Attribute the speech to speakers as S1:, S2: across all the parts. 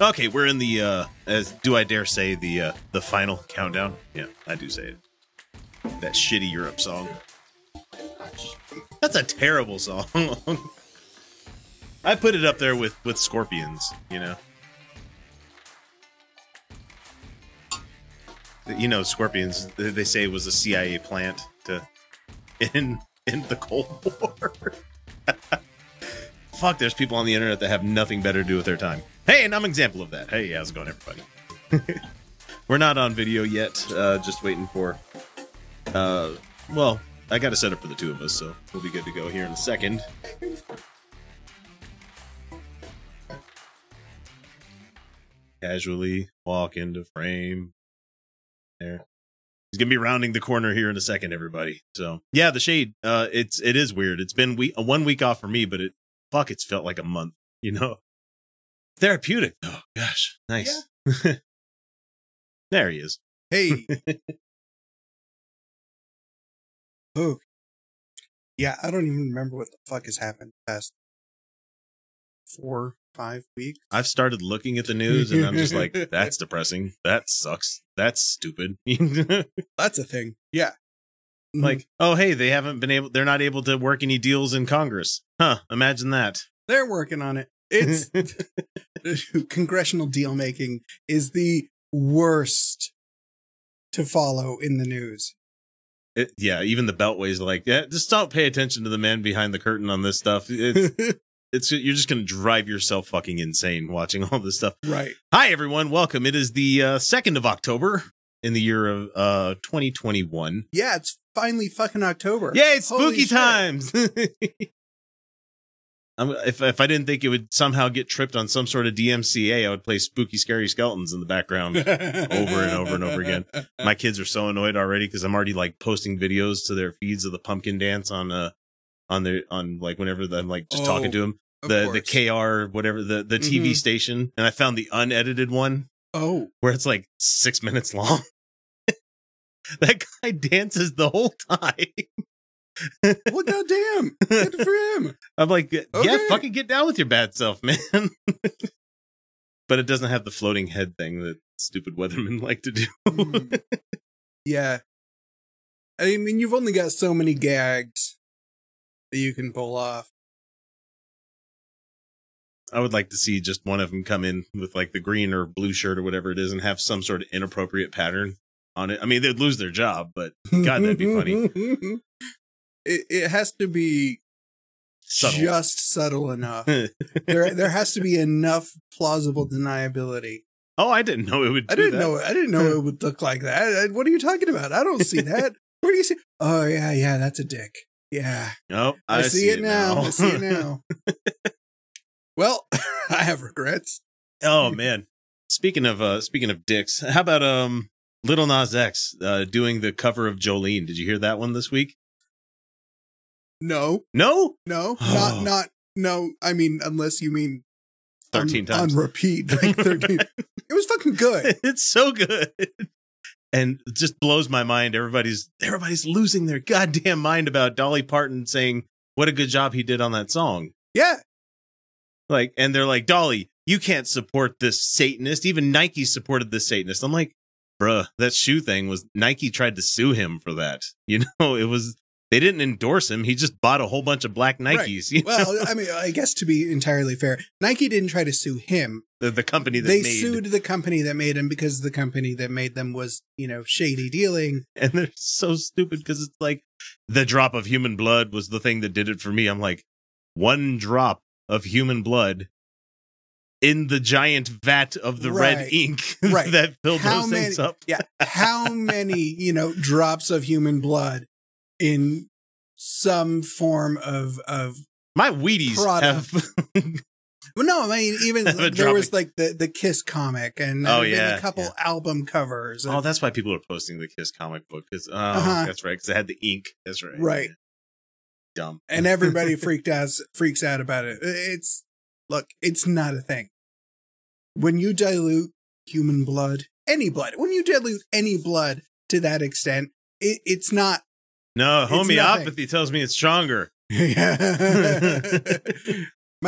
S1: Okay, we're in the uh as do I dare say the uh the final countdown? Yeah, I do say it. That shitty Europe song. That's a terrible song. I put it up there with with Scorpions, you know. You know, Scorpions they they say was a CIA plant to end end the Cold War. Fuck, there's people on the internet that have nothing better to do with their time. Hey, and I'm an example of that. Hey, how's it going, everybody? We're not on video yet. Uh, just waiting for. Uh, well, I got to set up for the two of us, so we'll be good to go here in a second. Casually walk into frame. There. He's gonna be rounding the corner here in a second, everybody. So yeah, the shade. Uh, it's it is weird. It's been we uh, one week off for me, but it fuck, it's felt like a month. You know, therapeutic though. Gosh, nice. there he is.
S2: Hey. oh. Yeah, I don't even remember what the fuck has happened the past four, five weeks.
S1: I've started looking at the news and I'm just like, that's depressing. That sucks. That's stupid. like,
S2: That's a thing. Yeah. Mhm.
S1: oh hey, they haven't been able. They're not able to work any deals in Congress. Huh? Imagine that.
S2: they're working on it. It's congressional deal making is the worst to follow in the news.
S1: It- yeah, even the Beltway's like, yeah, just don't pay attention to the man behind the curtain on this stuff. It's, it's you're just gonna drive yourself fucking insane watching all this stuff.
S2: right.
S1: Hi everyone, welcome. It is the uh, second of October in the year of uh 2021.
S2: Yeah, it's finally fucking October.
S1: Yay, it's
S2: Holy
S1: spooky
S2: shit.
S1: times. I'm, if if I didn't think it would somehow get tripped on some sort of DMCA, I would play spooky scary skeletons in the background.
S2: over
S1: and over and over again. My kids are so annoyed already because I'm already like posting videos to their feeds of the pumpkin dance on uh on their on like whenever I'm like just talking
S2: Oh,
S1: to them the the KR whatever the the TV
S2: Mhm.
S1: station and I found the unedited one
S2: Oh,
S1: where it's like six minutes long. that guy dances the whole time.
S2: well, goddamn! Good for him.
S1: I'm like, yeah,
S2: Okay.
S1: fucking get down with your bad self, man. but it doesn't have the floating head thing that stupid weathermen like to do.
S2: Hmm. yeah. I mean, you've only got so many gags that you can pull off.
S1: I would like to see just one of them come in with like the green or blue shirt or whatever it is and have some sort of inappropriate pattern on it. I mean, they'd lose their job, but God, that'd be funny.
S2: It, it has to be
S1: subtle.
S2: just subtle enough. there there has to be enough plausible deniability.
S1: oh, I didn't know it would.
S2: I
S1: do
S2: didn't
S1: that.
S2: know I didn't know it would look like that. I- what are you talking about? I don't see that. Where do you see? Oh yeah, yeah, that's a dick. Yeah,
S1: Oh,
S2: I, see, it now. I see it now. well, I have regrets.
S1: oh man. Speaking of uh speaking of dicks, how about um Little Nas X uh doing the cover of Jolene? Did you hear that one this week?
S2: No,
S1: No?
S2: no,
S1: Oh.
S2: not not no. I mean, unless you mean on-
S1: 13 times.
S2: on repeat, like thirteen. it was fucking good.
S1: it's so good and it just blows my mind everybody's everybody's losing their goddamn mind about dolly parton saying what a good job he did on that song
S2: Yeah,
S1: like and they're like dolly you can't support this satanist even nike supported this satanist i'm like bruh that shoe thing was nike tried to sue him for that you know it was they didn't endorse him he just bought a whole bunch of black nikes
S2: Right.
S1: you know,
S2: well, I mean, I guess to be entirely fair, Nike didn't try to sue him.
S1: the, the company that
S2: they
S1: made
S2: sued the company that made them because the company that made them was you know shady dealing
S1: and they're so stupid because it's like the drop of human blood was the thing that did it for me. I'm like, one drop of human blood in the giant vat of the red
S2: Right.
S1: ink
S2: Right.
S1: that filled
S2: How
S1: those
S2: many-
S1: things up.
S2: yeah how many you know drops of human blood in some form of of
S1: My Wheaties
S2: Product.
S1: have
S2: well, no i mean even
S1: Have a
S2: there was
S1: dropping-
S2: like the the kiss comic and
S1: Oh,
S2: there've been
S1: yeah,
S2: a couple
S1: yeah.
S2: album covers
S1: Oh, that's why people are posting the Kiss comic book. Because oh,
S2: Uh-huh.
S1: that's right. Because it had the ink. That's right.
S2: Right.
S1: Dumb.
S2: and everybody freaked out freaks out about it it's look it's not a thing when you dilute human blood any blood when you dilute any blood to that extent it, it's not
S1: No,
S2: It's
S1: homeopathy tells me it's stronger.
S2: My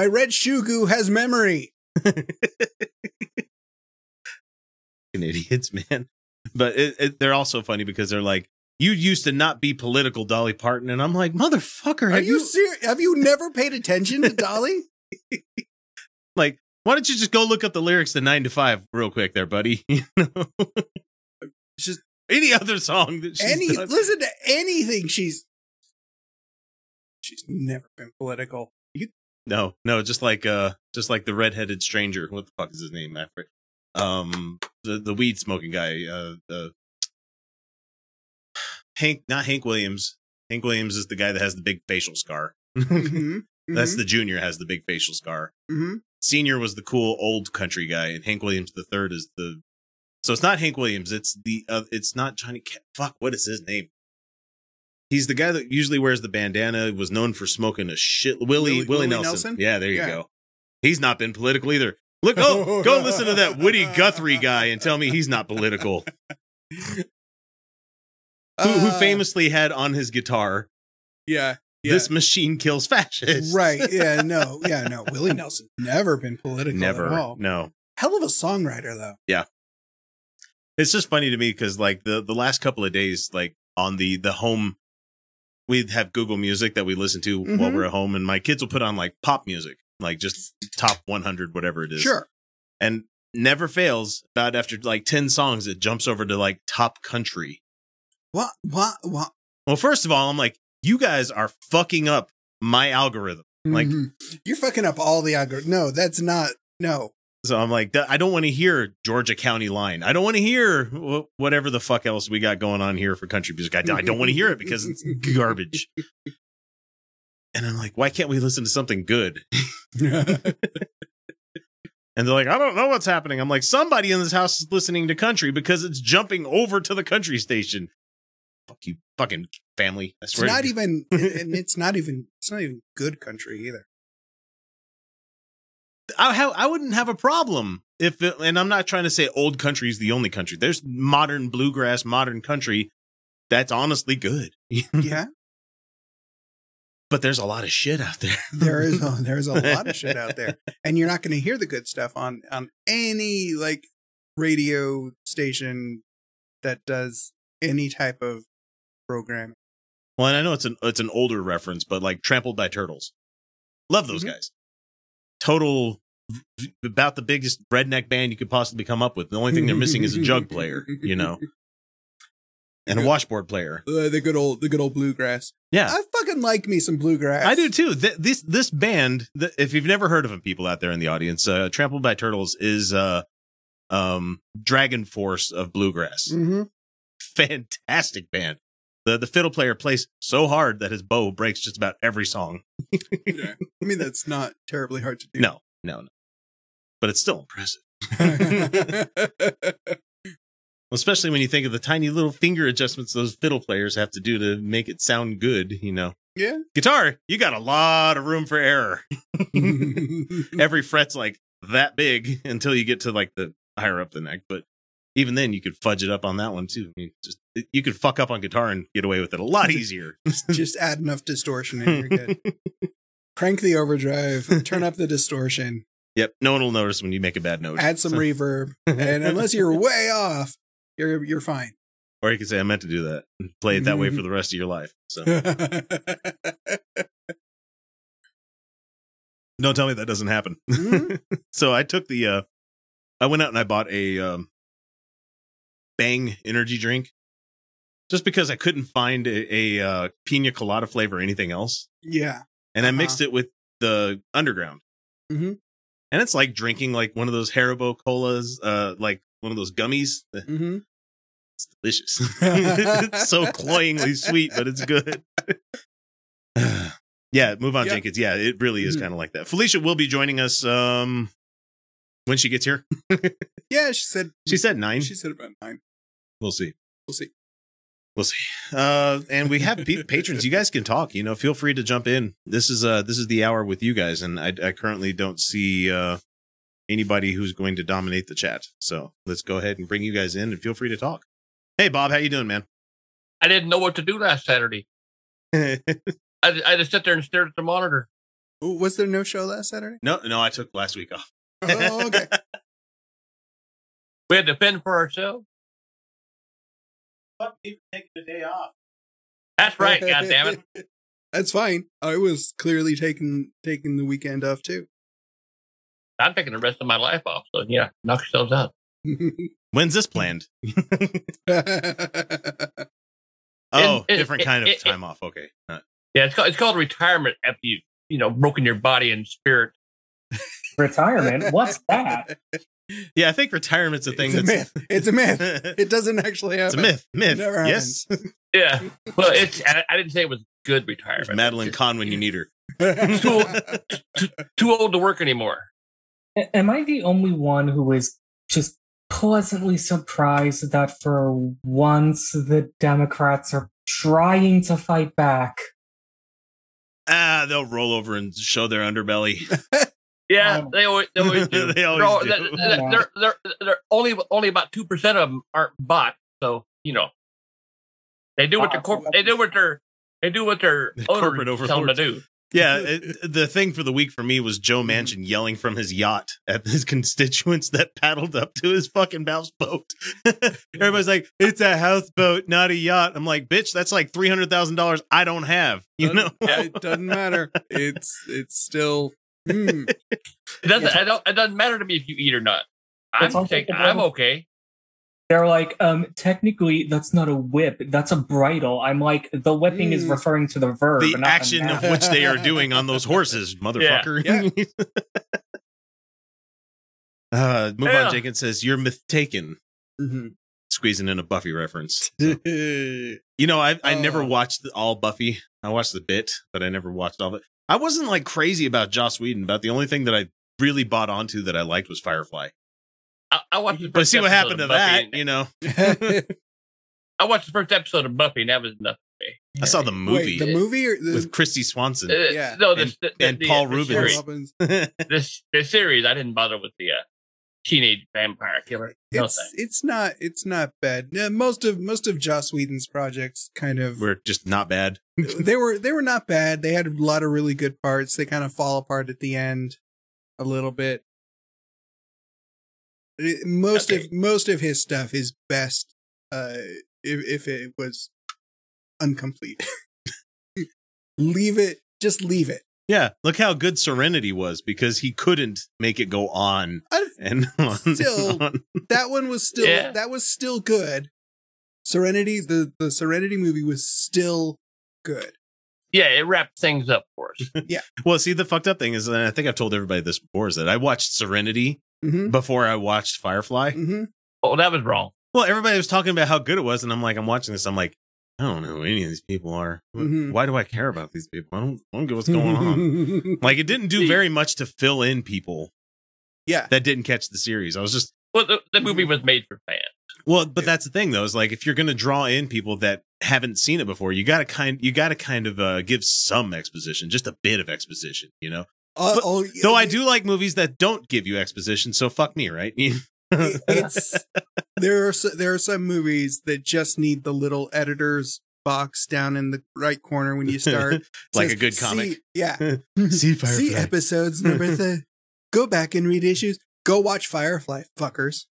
S2: red shoe goo has memory.
S1: idiots, man. But it, it, they're also funny because they're like, you used to not be political, Dolly Parton, and I'm like, motherfucker,
S2: Are
S1: have
S2: you serious? Have you never paid attention to Dolly?
S1: like? Why don't you just go look up the lyrics to Nine to Five real quick, there, buddy? You know,
S2: Just-
S1: any other song that she's
S2: Any
S1: done.
S2: listen to anything she's she's never been political. You,
S1: No, no, just like uh just like the redheaded stranger. What the fuck is his name? I forget. Um the, the weed smoking guy, uh the Hank not Hank Williams. Hank Williams is the guy that has the big facial scar.
S2: Mhm,
S1: That's
S2: mhm,
S1: the junior has the big facial scar.
S2: mhm.
S1: Senior was the cool old country guy, and Hank Williams the third is the so it's not Hank Williams, it's the uh, it's not Johnny Ca- fuck, what is his name? He's the guy that usually wears the bandana, was known for smoking a shit Willie
S2: Willie-
S1: Willie,
S2: Willie
S1: Nelson.
S2: Nelson?
S1: Yeah, there you
S2: Yeah.
S1: go. He's not been political either. Look go go listen to that Woody Guthrie guy and tell me he's not political. Who who
S2: Uh,
S1: famously had on his guitar
S2: Yeah. yeah.
S1: this machine kills fascists.
S2: right. Yeah, no. Yeah, no. Willie Nelson never been political
S1: Never.
S2: at all.
S1: No.
S2: Hell of a songwriter though.
S1: it's just funny to me because like the the last couple of days like on the the home we'd have google music that we listen to while
S2: Mhm.
S1: we're at home and my kids will put on like pop music like just top 100 whatever it is
S2: Sure.
S1: and never fails about after like 10 songs it jumps over to like top country
S2: What what what
S1: well first of all i'm like you guys are fucking up my algorithm Like-
S2: Mhm. you're fucking up all the algorithms. No, that's not no.
S1: so i'm like "Duh, i don't want to hear georgia county line i don't want to hear wh- whatever the fuck else we got going on here for country music i, I don't want to hear it because it's garbage. And I'm like, why can't we listen to something good? And they're like, I don't know what's happening. I'm like, somebody in this house is listening to country because it's jumping over to the country station. Fuck you, fucking family. I
S2: it's
S1: swear.
S2: not
S1: to-
S2: even and it's not even it's not even good country either.
S1: I, ha- I wouldn't have a problem if, it, and I'm not trying to say old country is the only country. There's modern bluegrass, modern country that's honestly good.
S2: Yeah.
S1: but there's a lot of shit out there.
S2: There is a, there is a lot of shit out there. And you're not going to hear the good stuff on on any like radio station that does any type of programming.
S1: Well, and I know it's an it's an older reference, but like Trampled by Turtles. Love those
S2: Mhm.
S1: guys. Total v- about the biggest redneck band you could possibly come up with. The only thing they're missing is a jug player, you know. And a
S2: Yeah.
S1: washboard player.
S2: Uh, the good old the good old bluegrass.
S1: Yeah.
S2: I fucking like me some bluegrass.
S1: I do too. Th- this this band, th- if you've never heard of them, people out there in the audience, uh, Trampled by Turtles is uh, um, Dragon Force of bluegrass.
S2: hmm
S1: Fantastic band. The the fiddle player plays so hard that his bow breaks just about every song.
S2: Yeah. I mean that's not terribly hard to do.
S1: No, no, no. But it's still impressive, especially when you think of the tiny little finger adjustments those fiddle players have to do to make it sound good, you know.
S2: Yeah.
S1: Guitar, you got a lot of room for error. Every fret's like that big until you get to like the higher up the neck, but even then you could fudge it up on that one too. I mean, just you could fuck up on guitar and get away with it a lot easier.
S2: Just add enough distortion and you're good. Crank the overdrive, turn up the distortion,
S1: yep, no one will notice when you make a bad note.
S2: add some reverb, and unless you're way off, you're you're fine.
S1: or you could say I meant to do that and play it that
S2: Mm-hmm.
S1: way for the rest of your life. So don't tell me that doesn't happen.
S2: Mhm.
S1: so I took the uh I went out and I bought a um Bang energy drink just because I couldn't find a, a uh pina colada flavor or anything else.
S2: yeah.
S1: And I
S2: Uh-huh.
S1: mixed it with the underground.
S2: Mhm.
S1: And it's like drinking like one of those Haribo colas, uh like one of those gummies. It's
S2: hmm
S1: delicious. it's so cloyingly sweet, but it's good. yeah, move on,
S2: Yeah.
S1: Jenkins. Yeah, it really is
S2: Mhm.
S1: kind of like that. Felicia will be joining us um when she gets here.
S2: Yeah, she said
S1: She said nine.
S2: she said about nine.
S1: We'll see.
S2: We'll see.
S1: We'll see. Uh, and we have pe- patrons. You guys can talk. You know, feel free to jump in. This is uh, this is the hour with you guys, and I, I currently don't see uh, anybody who's going to dominate the chat. So let's go ahead and bring you guys in, and feel free to talk. Hey, Bob, how you doing, man?
S3: I didn't know what to do last Saturday. I, I just sat there and stared at the monitor.
S2: Ooh, Oh, Was there no show last Saturday?
S1: no, no, I took last week off.
S2: Oh, okay.
S3: We had to fend for ourselves.
S1: Fuck, even taking the day off.
S3: That's right. God damn it.
S2: That's fine. I was clearly taking taking the weekend off too.
S3: I'm taking the rest of my life off. So yeah, knock yourselves out.
S1: When's this planned? Oh, different kind of time off. Okay. Uh, Not-
S3: Yeah, it's called, it's called retirement after you you know broken your body and spirit.
S4: Retirement? What's that?
S1: Yeah, I think retirement's a thing
S2: It's a
S1: that's
S2: myth. It's a myth.
S1: it's
S2: It doesn't actually
S1: a
S2: happen.
S1: myth. Myth.
S2: Never happened.
S1: yes.
S3: Yeah. Well, it's I, I didn't say it was good retirement.
S1: There's Madeline Kahn when you need her.
S3: Too old to work anymore.
S4: A- Am I the only one who is just pleasantly surprised that for once the Democrats are trying to fight back?
S1: ah, they'll roll over and show their underbelly.
S3: Yeah,
S4: Oh.
S3: they always they always do.
S1: Um, They always
S3: They're all-
S1: do.
S3: They're, they're- they're- they're- they're only only about two percent of them aren't bought. So you know, they do what
S1: Ah,
S3: the corp- they do what their they do what their
S1: The corporate
S3: owners tell them to
S1: overlords.
S3: do.
S1: Yeah, it, the thing for the week for me was Joe Manchin yelling from his yacht at his constituents that paddled up to his fucking houseboat. Everybody's like, "It's a houseboat, not a yacht." I'm like, "Bitch, that's like three hundred thousand dollars I don't have." You know?
S2: it doesn't matter. It's it's still. Hmm.
S3: It doesn't I don't, it doesn't matter to me if you eat or not. I'm
S4: It's all
S3: take,
S4: about-
S3: I'm okay.
S4: They're like, um, technically, that's not a whip, that's a bridle. I'm like, the whipping is
S2: Mm.
S4: referring to the verb.
S1: The
S4: not the
S1: action
S4: noun.
S1: of which they are doing on those horses, motherfucker. uh, move
S3: Yeah.
S1: on. Jenkins says, "You're mistaken."
S2: Mhm.
S1: Squeezing in a Buffy reference. You know, I I never
S2: Oh.
S1: watched the, all Buffy. I watched the bit, but I never watched all of it. I wasn't like crazy about Joss Whedon. About the only thing that I really bought onto that I liked was Firefly.
S3: I, I watched. The
S1: But
S3: first
S1: see what
S3: episode
S1: happened to
S3: of Buffy
S1: that,
S3: and-
S1: you know.
S3: I watched the first episode of Buffy, and that was enough. for me.
S1: I saw the
S2: Wait,
S1: movie
S2: the movie or the
S1: with Christy Swanson.
S3: Uh,
S2: Yeah.
S3: No, the,
S1: And-
S3: the,
S1: and
S3: the-
S1: Paul
S3: the
S1: Rubens.
S2: Paul
S3: Series,
S2: Robbins?
S3: this the series, I didn't bother with the uh, teenage vampire killer. No
S2: It's it's not it's not bad. No, most of most of Joss Whedon's projects kind of
S1: We're just not bad.
S2: they were they were not bad. They had a lot of really good parts. They kind of fall apart at the end a little bit. It- Most
S3: Okay.
S2: of most of his stuff is best uh if if it was incomplete. leave it just leave it.
S1: Yeah, look how good Serenity was because he couldn't make it go on
S2: I-
S1: and on. and
S2: Still-
S1: on.
S2: that one was still
S3: Yeah.
S2: that was still good. Serenity the the Serenity movie was still good.
S3: Yeah, it wrapped things up for us.
S1: Well, see, the fucked up thing is, and I think I've told everybody this before, is that I watched Serenity
S2: Mhm.
S1: before I watched Firefly.
S2: Mhm.
S3: oh, that was wrong.
S1: Well, everybody was talking about how good it was, and I'm like, I'm watching this. I'm like, I don't know who any of these people are.
S2: Mhm.
S1: Why do I care about these people? I don't, I don't get what's going on.
S2: Mm-hmm.
S1: Like, it didn't do very much to fill in people
S2: Yeah.
S1: that didn't catch the series. I was just
S3: Well, the, the
S2: Mm-hmm.
S3: movie was made for fans.
S1: well, but that's the thing though. Is like if you're going to draw in people that haven't seen it before, you got to kind you got to kind of uh, give some exposition, just a bit of exposition, you know.
S2: Uh,
S1: But-
S2: oh,
S1: Though I do like movies that don't give you exposition, so fuck me, right?
S2: it- it's there are so, there are some movies that just need the little editor's box down in the right corner when you start.
S1: like
S2: Says,
S1: a good comic.
S2: "See- yeah.
S1: See,
S2: See episodes number three. Go back and read issues. Go watch Firefly, fuckers.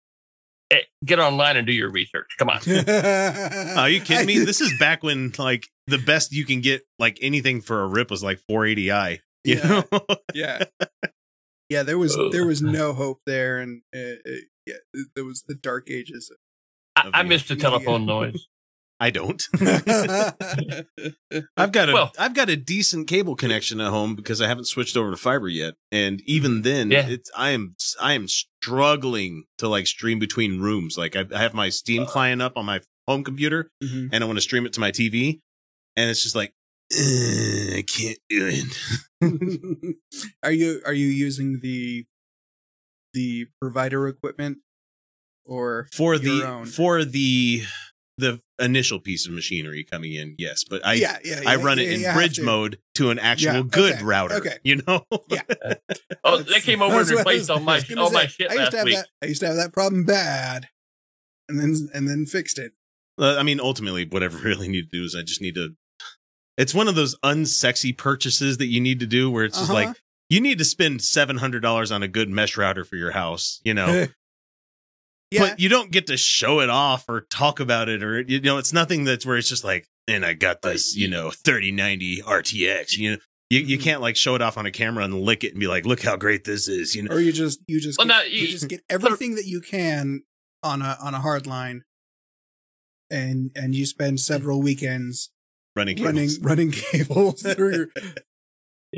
S3: Eh, get online and do your research. Come on.
S1: Are
S2: Are
S1: you kidding me? This is back when like the best you can get like anything for a rip was like 480i. You
S2: Yeah.
S1: know,
S2: yeah yeah there was
S3: Ugh.
S2: there was no hope there and uh, uh, yeah th- there was the dark ages
S3: I, I missed the
S2: Yeah.
S3: telephone noise.
S1: I don't.
S2: Mhm.
S1: I've got a
S3: Well-
S1: have got a decent cable connection at home because I haven't switched over to fiber yet, and even then,
S3: Yeah.
S1: it's I am I am struggling to like stream between rooms. Like I, I have my Steam client up on my home computer, and I want to stream it to my TV, and it's just like "Ugh, I can't do it.
S2: are you are you using the the provider equipment or
S1: for
S2: your
S1: the
S2: own?
S1: for the the initial piece of machinery coming in, yes, but I
S2: yeah, yeah,
S1: I
S2: yeah,
S1: run it
S2: yeah,
S1: in
S2: you have
S1: bridge
S2: to.
S1: mode to an actual
S2: Yeah,
S1: good
S2: okay,
S1: router.
S2: okay.
S1: You know,
S3: Oh,
S2: That's-
S3: they came over and
S2: that's what I
S3: replaced
S2: was-
S3: all
S2: I
S3: my
S2: was gonna
S3: all
S2: say,
S3: my shit
S2: I used to
S3: last
S2: have
S3: week.
S2: that. I used to have that problem bad, and then and then fixed it.
S1: Uh, I mean, ultimately, what I really need to do is I just need to. It's one of those unsexy purchases that you need to do where it's just
S2: Uh-huh.
S1: like you need to spend seven hundred dollars on a good mesh router for your house. You know,
S2: Yeah.
S1: but you don't get to show it off or talk about it or you know it's nothing that's where it's just like and i got this you know 3090 rtx you know you, you
S2: Mm-hmm.
S1: can't like show it off on a camera and lick it and be like look how great this is you know
S2: or you just you just
S3: Well,
S2: get,
S3: no,
S2: you,
S3: you-
S2: just get everything that you can on a on a hard line and and you spend several weekends
S1: running
S2: running
S1: cables.
S2: running cables through your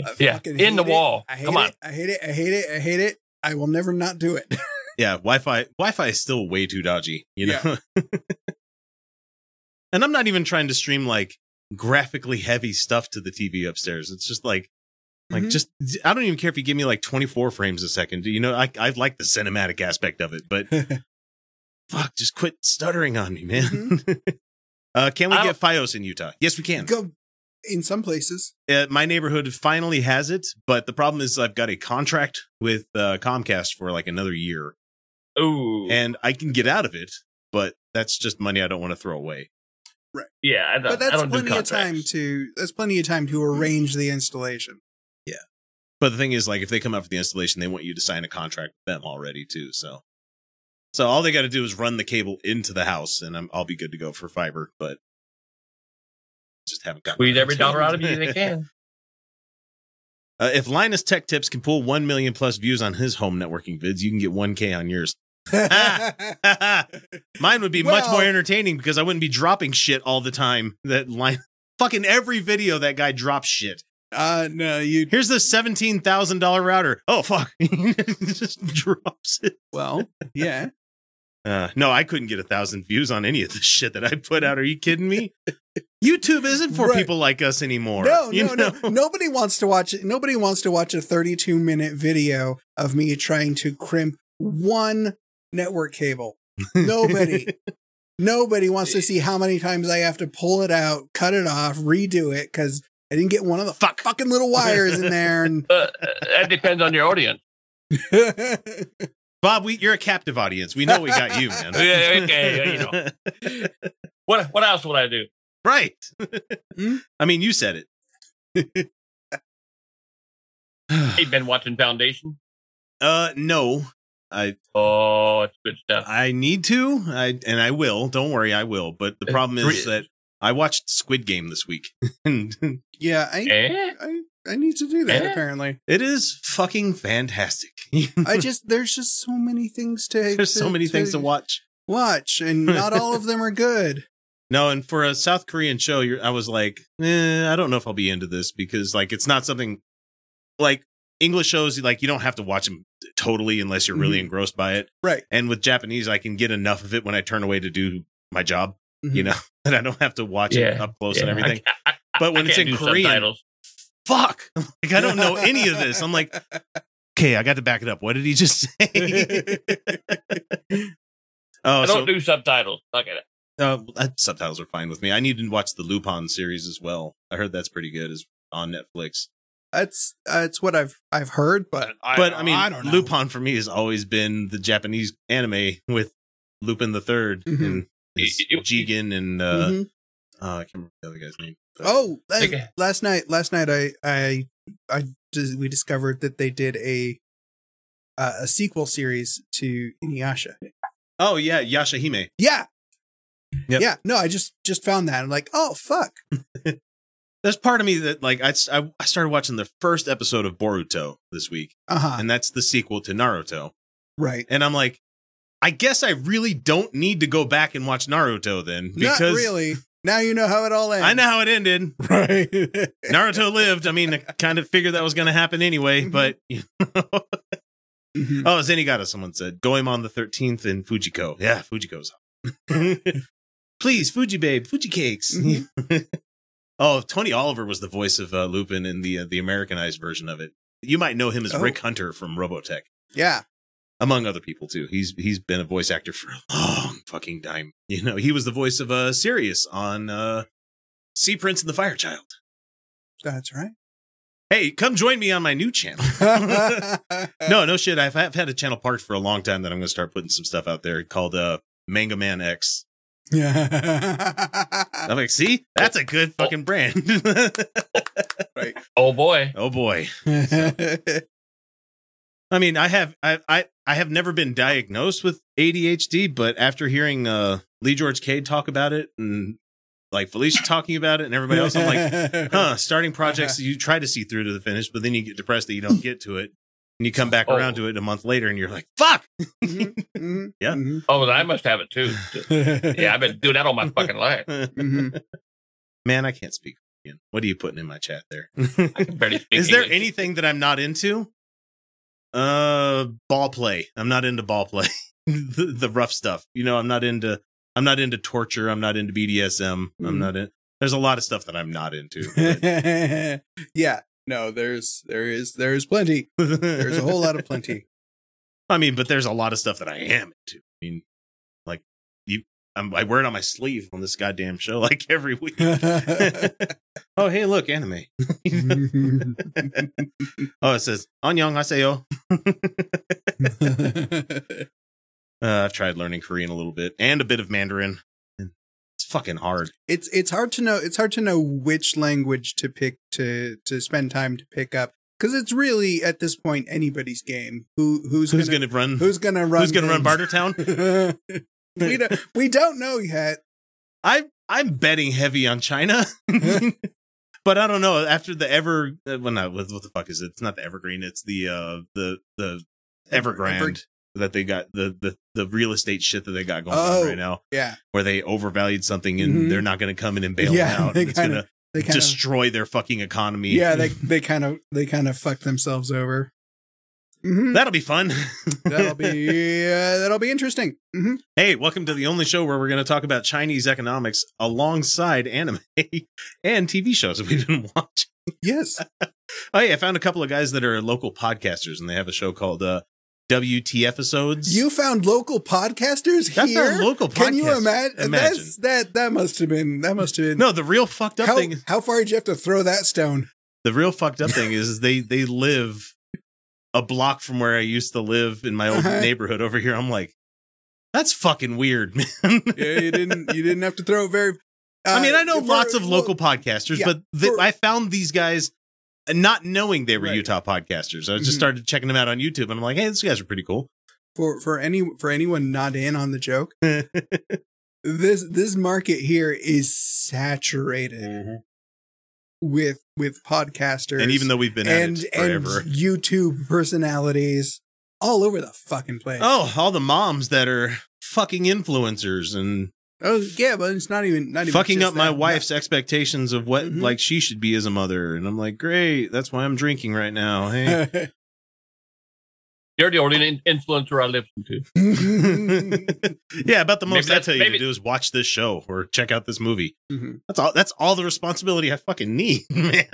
S2: I
S3: yeah,
S2: uh, fucking
S3: in the
S2: hate it.
S3: wall.
S2: I hate
S3: Come on.
S2: it. I hate it. I hate it. I hate it. I will never not do it.
S1: yeah wi-fi wi-fi is still way too dodgy you know and i'm not even trying to stream like graphically heavy stuff to the tv upstairs it's just like like
S2: Mhm.
S1: just i don't even care if you give me like 24 frames a second you know i i like the cinematic aspect of it but fuck just quit stuttering on me man uh can we
S3: I
S1: get fios in utah yes we can
S2: go in some places.
S1: uh, my neighborhood finally has it but the problem is i've got a contract with uh comcast for like another year
S3: Ooh,
S1: and i can get out of it but that's just money i don't want to throw away
S3: yeah, I don't,
S2: But
S3: I
S2: that's
S3: don't do
S2: plenty of time
S3: contracts.
S2: to that's plenty of time to arrange the installation.
S1: But the thing is, like, if they come out for the installation, they want you to sign a contract with them already too. So, so all they got to do is run the cable into the house, and I'm, I'll be good to go for fiber. But just haven't got
S3: Squeeze every dollar out of you they can.
S1: Uh, if Linus Tech Tips can pull one million plus views on his home networking vids, you can get one k on yours.
S2: Uh,
S1: Mine would be much
S2: Well-
S1: more entertaining because I wouldn't be dropping shit all the time. That line, fucking every video that guy drops shit.
S2: uh no, you
S1: Here's this seventeen thousand dollar router. Oh fuck, just drops it.
S2: well, yeah.
S1: Uh, no, I couldn't get a thousand views on any of the shit that I put out. Are you kidding me? YouTube isn't for
S2: Right.
S1: people like us anymore.
S2: No,
S1: you
S2: no, no. Nobody wants to watch it. Nobody wants to watch a 32 minute video of me trying to crimp one network cable. Nobody. Nobody wants to see how many times I have to pull it out, cut it off, redo it because I didn't get one of the
S1: Fuck.
S2: fucking little wires in there. And
S3: Uh, that depends on your audience.
S1: Bob, we, you're a captive audience. We know we got you, man.
S3: Yeah, okay, you know. What what else would I do?
S1: Right.
S2: Hmm?
S1: I mean, you said it.
S3: You've been watching Foundation.
S1: Uh, no, I
S3: Oh, it's good stuff.
S1: I need to, I and I will. Don't worry, I will. But the problem is
S3: Three-
S1: that I watched Squid Game this week, and
S2: yeah, I,
S3: Eh?
S2: I, I need to do that
S3: Eh?
S2: apparently.
S1: it is fucking fantastic.
S2: I just, there's just so many things to,
S1: There's so many things to watch.
S2: watch, and not all of them are good.
S1: No, and for a South Korean show, you're, I was like, eh, I don't know if I'll be into this because like it's not something like English shows. Like you don't have to watch them totally unless you're really
S2: Mhm.
S1: engrossed by it.
S2: Right.
S1: And with Japanese, I can get enough of it when I turn away to do my job. You know that I don't have to watch it
S3: Mm-hmm. Yeah.
S1: up close
S3: Yeah,
S1: and
S3: I
S1: everything.
S3: ca- I- I-
S1: But
S3: I
S1: when it's
S3: can't
S1: in
S3: do
S1: Korean-
S3: subtitles.
S1: Fuck! Like I don't know any of this. I'm like, okay, I got to back it up. What did he just say? oh,
S3: I don't
S1: so
S3: do subtitles. Look at it.
S1: Uh, uh, subtitles are fine with me. I need to watch the Lupin series as well. I heard that's pretty good. Is on Netflix.
S2: That's that's what I've I've heard, but I,
S1: but I mean,
S2: I don't know.
S1: Lupin for me has always been the Japanese anime with Lupin the 3rd
S3: Mm-hmm.
S2: Mhm.
S1: and his
S3: It- it-
S1: Jigen and uh,
S2: Mhm.
S1: uh, I can't remember the other guy's name. but-
S2: Oh, la-
S3: Okay.
S2: last night, last night I I I dis- we discovered that they did a uh, a sequel series to Inuyasha.
S1: oh yeah, Yashahime.
S2: Yeah.
S1: Yep.
S2: Yeah, no, I just just found that. I'm like, oh fuck.
S1: There's part of me that like I, s- I- I started watching the first episode of Boruto this week,
S2: Uh huh.
S1: and that's the sequel to Naruto.
S2: Right.
S1: And I'm like, I guess I really don't need to go back and watch Naruto then because
S2: Not really. Now you know how it all ends.
S1: I know how it ended.
S2: Right.
S1: Naruto lived. I mean, I kind of figured that was going to happen
S2: Mm-hmm.
S1: anyway, but you know.
S2: Mhm.
S1: Oh, Zenny got us. Someone said, "Goemon the 13th in Fujiko. Yeah, Fujiko's hot. Please, Fuji babe, Fuji cakes.
S2: Mhm.
S1: oh, Tony Oliver was the voice of uh, Lupin in the uh, the Americanized version of it. You might know him as
S2: Oh.
S1: Rick Hunter from Robotech,
S2: Yeah.
S1: among other people too. He's he's been a voice actor for a long fucking time. You know, he was the voice of uh, Sirius on uh, Sea Prince and the Fire Child.
S2: That's right.
S1: Hey, come join me on my new channel. no,
S3: Uh,
S1: no shit. I've, I've had a channel parked for a long time that I'm going to start putting some stuff out there called uh, Manga Man X.
S3: Uh,
S2: Yeah.
S1: I'm like, see, that's a good fucking brand.
S3: Oh boy.
S1: oh boy. I mean, I have I, I I have never been diagnosed with ADHD, but after hearing uh, Lee George Cade talk about it and like Felicia talking about it and everybody else, I'm like, huh, starting projects that you try to see through to the finish, but then you get depressed that you don't get to it. And you come back
S3: Oh.
S1: around to it a month later and you're like, fuck.
S2: Mhm,
S1: Yeah.
S2: mhm.
S3: Oh, I must have it too. Yeah, I've been doing that all my fucking life.
S1: Mm-hmm.
S2: Mhm.
S1: Man, I can't speak. Korean. What are you putting in my chat there?
S3: I can barely speak.
S1: Is there
S3: English.
S1: anything that I'm not into? Uh, ball play. I'm not into ball play. the, the rough stuff. You know, I'm not into. I'm not into torture. I'm not into BDSM.
S2: Mhm.
S1: I'm not in. There's a lot of stuff that I'm not into.
S2: yeah. No, there's there is there is plenty. There's a whole lot of plenty.
S1: I mean, but there's a lot of stuff that I am into. I mean, like you, I'm, I wear it on my sleeve on this goddamn show like every week. oh, hey, look, anime. Oh, it says Anyong Haseo. Uh, I've tried learning Korean a little bit and a bit of Mandarin. It's fucking hard.
S2: it's it's hard to know it's hard to know which language to pick to to spend time to pick up because it's really at this point anybody's game who who's,
S1: Who's
S2: gonna,
S1: gonna, run?
S2: who's gonna run
S1: who's gonna run
S2: things.
S1: Bartertown?
S2: we don't we don't know yet
S1: I I'm betting heavy on China, but I don't know. After the ever, uh, well, not what, what the fuck is it? It's not the Evergreen. It's the uh the the Evergrande
S2: Ever-
S1: that they got the the the real estate shit that they got going
S2: Oh.
S1: on right now,
S2: yeah
S1: where they overvalued something and
S2: Mhm.
S1: they're not gonna come in and bail
S2: Yeah,
S1: them out.
S2: they
S1: and It's
S2: kinda-
S1: gonna
S2: they kind of
S1: destroy their fucking economy.
S2: yeah they they kind of they kind of fuck themselves over Mhm.
S1: that'll be fun.
S2: that'll be uh, that'll be interesting Mhm.
S1: Hey, welcome to the only show where we're going to talk about Chinese economics alongside anime and TV shows that we've been watching.
S2: yes
S1: Oh, yeah, I found a couple of guys that are local podcasters, and they have a show called uh, WT Episodes.
S2: you found local podcasters
S1: That's
S2: here
S1: our local podcast.
S2: can you ima-
S1: imagine?
S2: that's that that must have been that must have been
S1: No, the real fucked up
S2: how,
S1: thing.
S2: how far did you have to throw that stone?
S1: The real fucked up thing is they they live a block from where I used to live in my old
S2: Uh-huh.
S1: neighborhood over here. I'm like, that's fucking weird, man.
S2: Yeah, you didn't. You didn't have to throw it very.
S1: I mean,
S2: uh,
S1: I know
S2: for-
S1: lots of
S2: for-
S1: local podcasters,
S2: yeah,
S1: but th-
S2: for-
S1: I found these guys uh, not knowing they were
S2: Right.
S1: Utah podcasters. I just
S2: Mhm.
S1: started checking them out on YouTube, and I'm like, hey, these guys are pretty cool.
S2: for for any for anyone not in on the joke. this this market here is saturated with with podcasters
S1: And even though we've been
S2: and
S1: at it
S2: and
S1: forever,
S2: YouTube personalities all over the fucking place.
S1: oh, all the moms that are fucking influencers and
S2: Oh, yeah, but it's not even not even
S1: fucking
S2: just
S1: up my
S2: that.
S1: wife's expectations of what
S2: Mhm.
S1: like she should be as a mother. And I'm like, great, that's why I'm drinking right now. Hey,
S2: yeah,
S3: You're the only in- influencer I listen to.
S1: yeah, about the
S3: Maybe
S1: most I
S3: that's-
S1: tell you
S3: maybe-
S1: to do is watch this show or check out this movie.
S2: Mhm.
S1: That's all. That's all the responsibility I fucking need, man.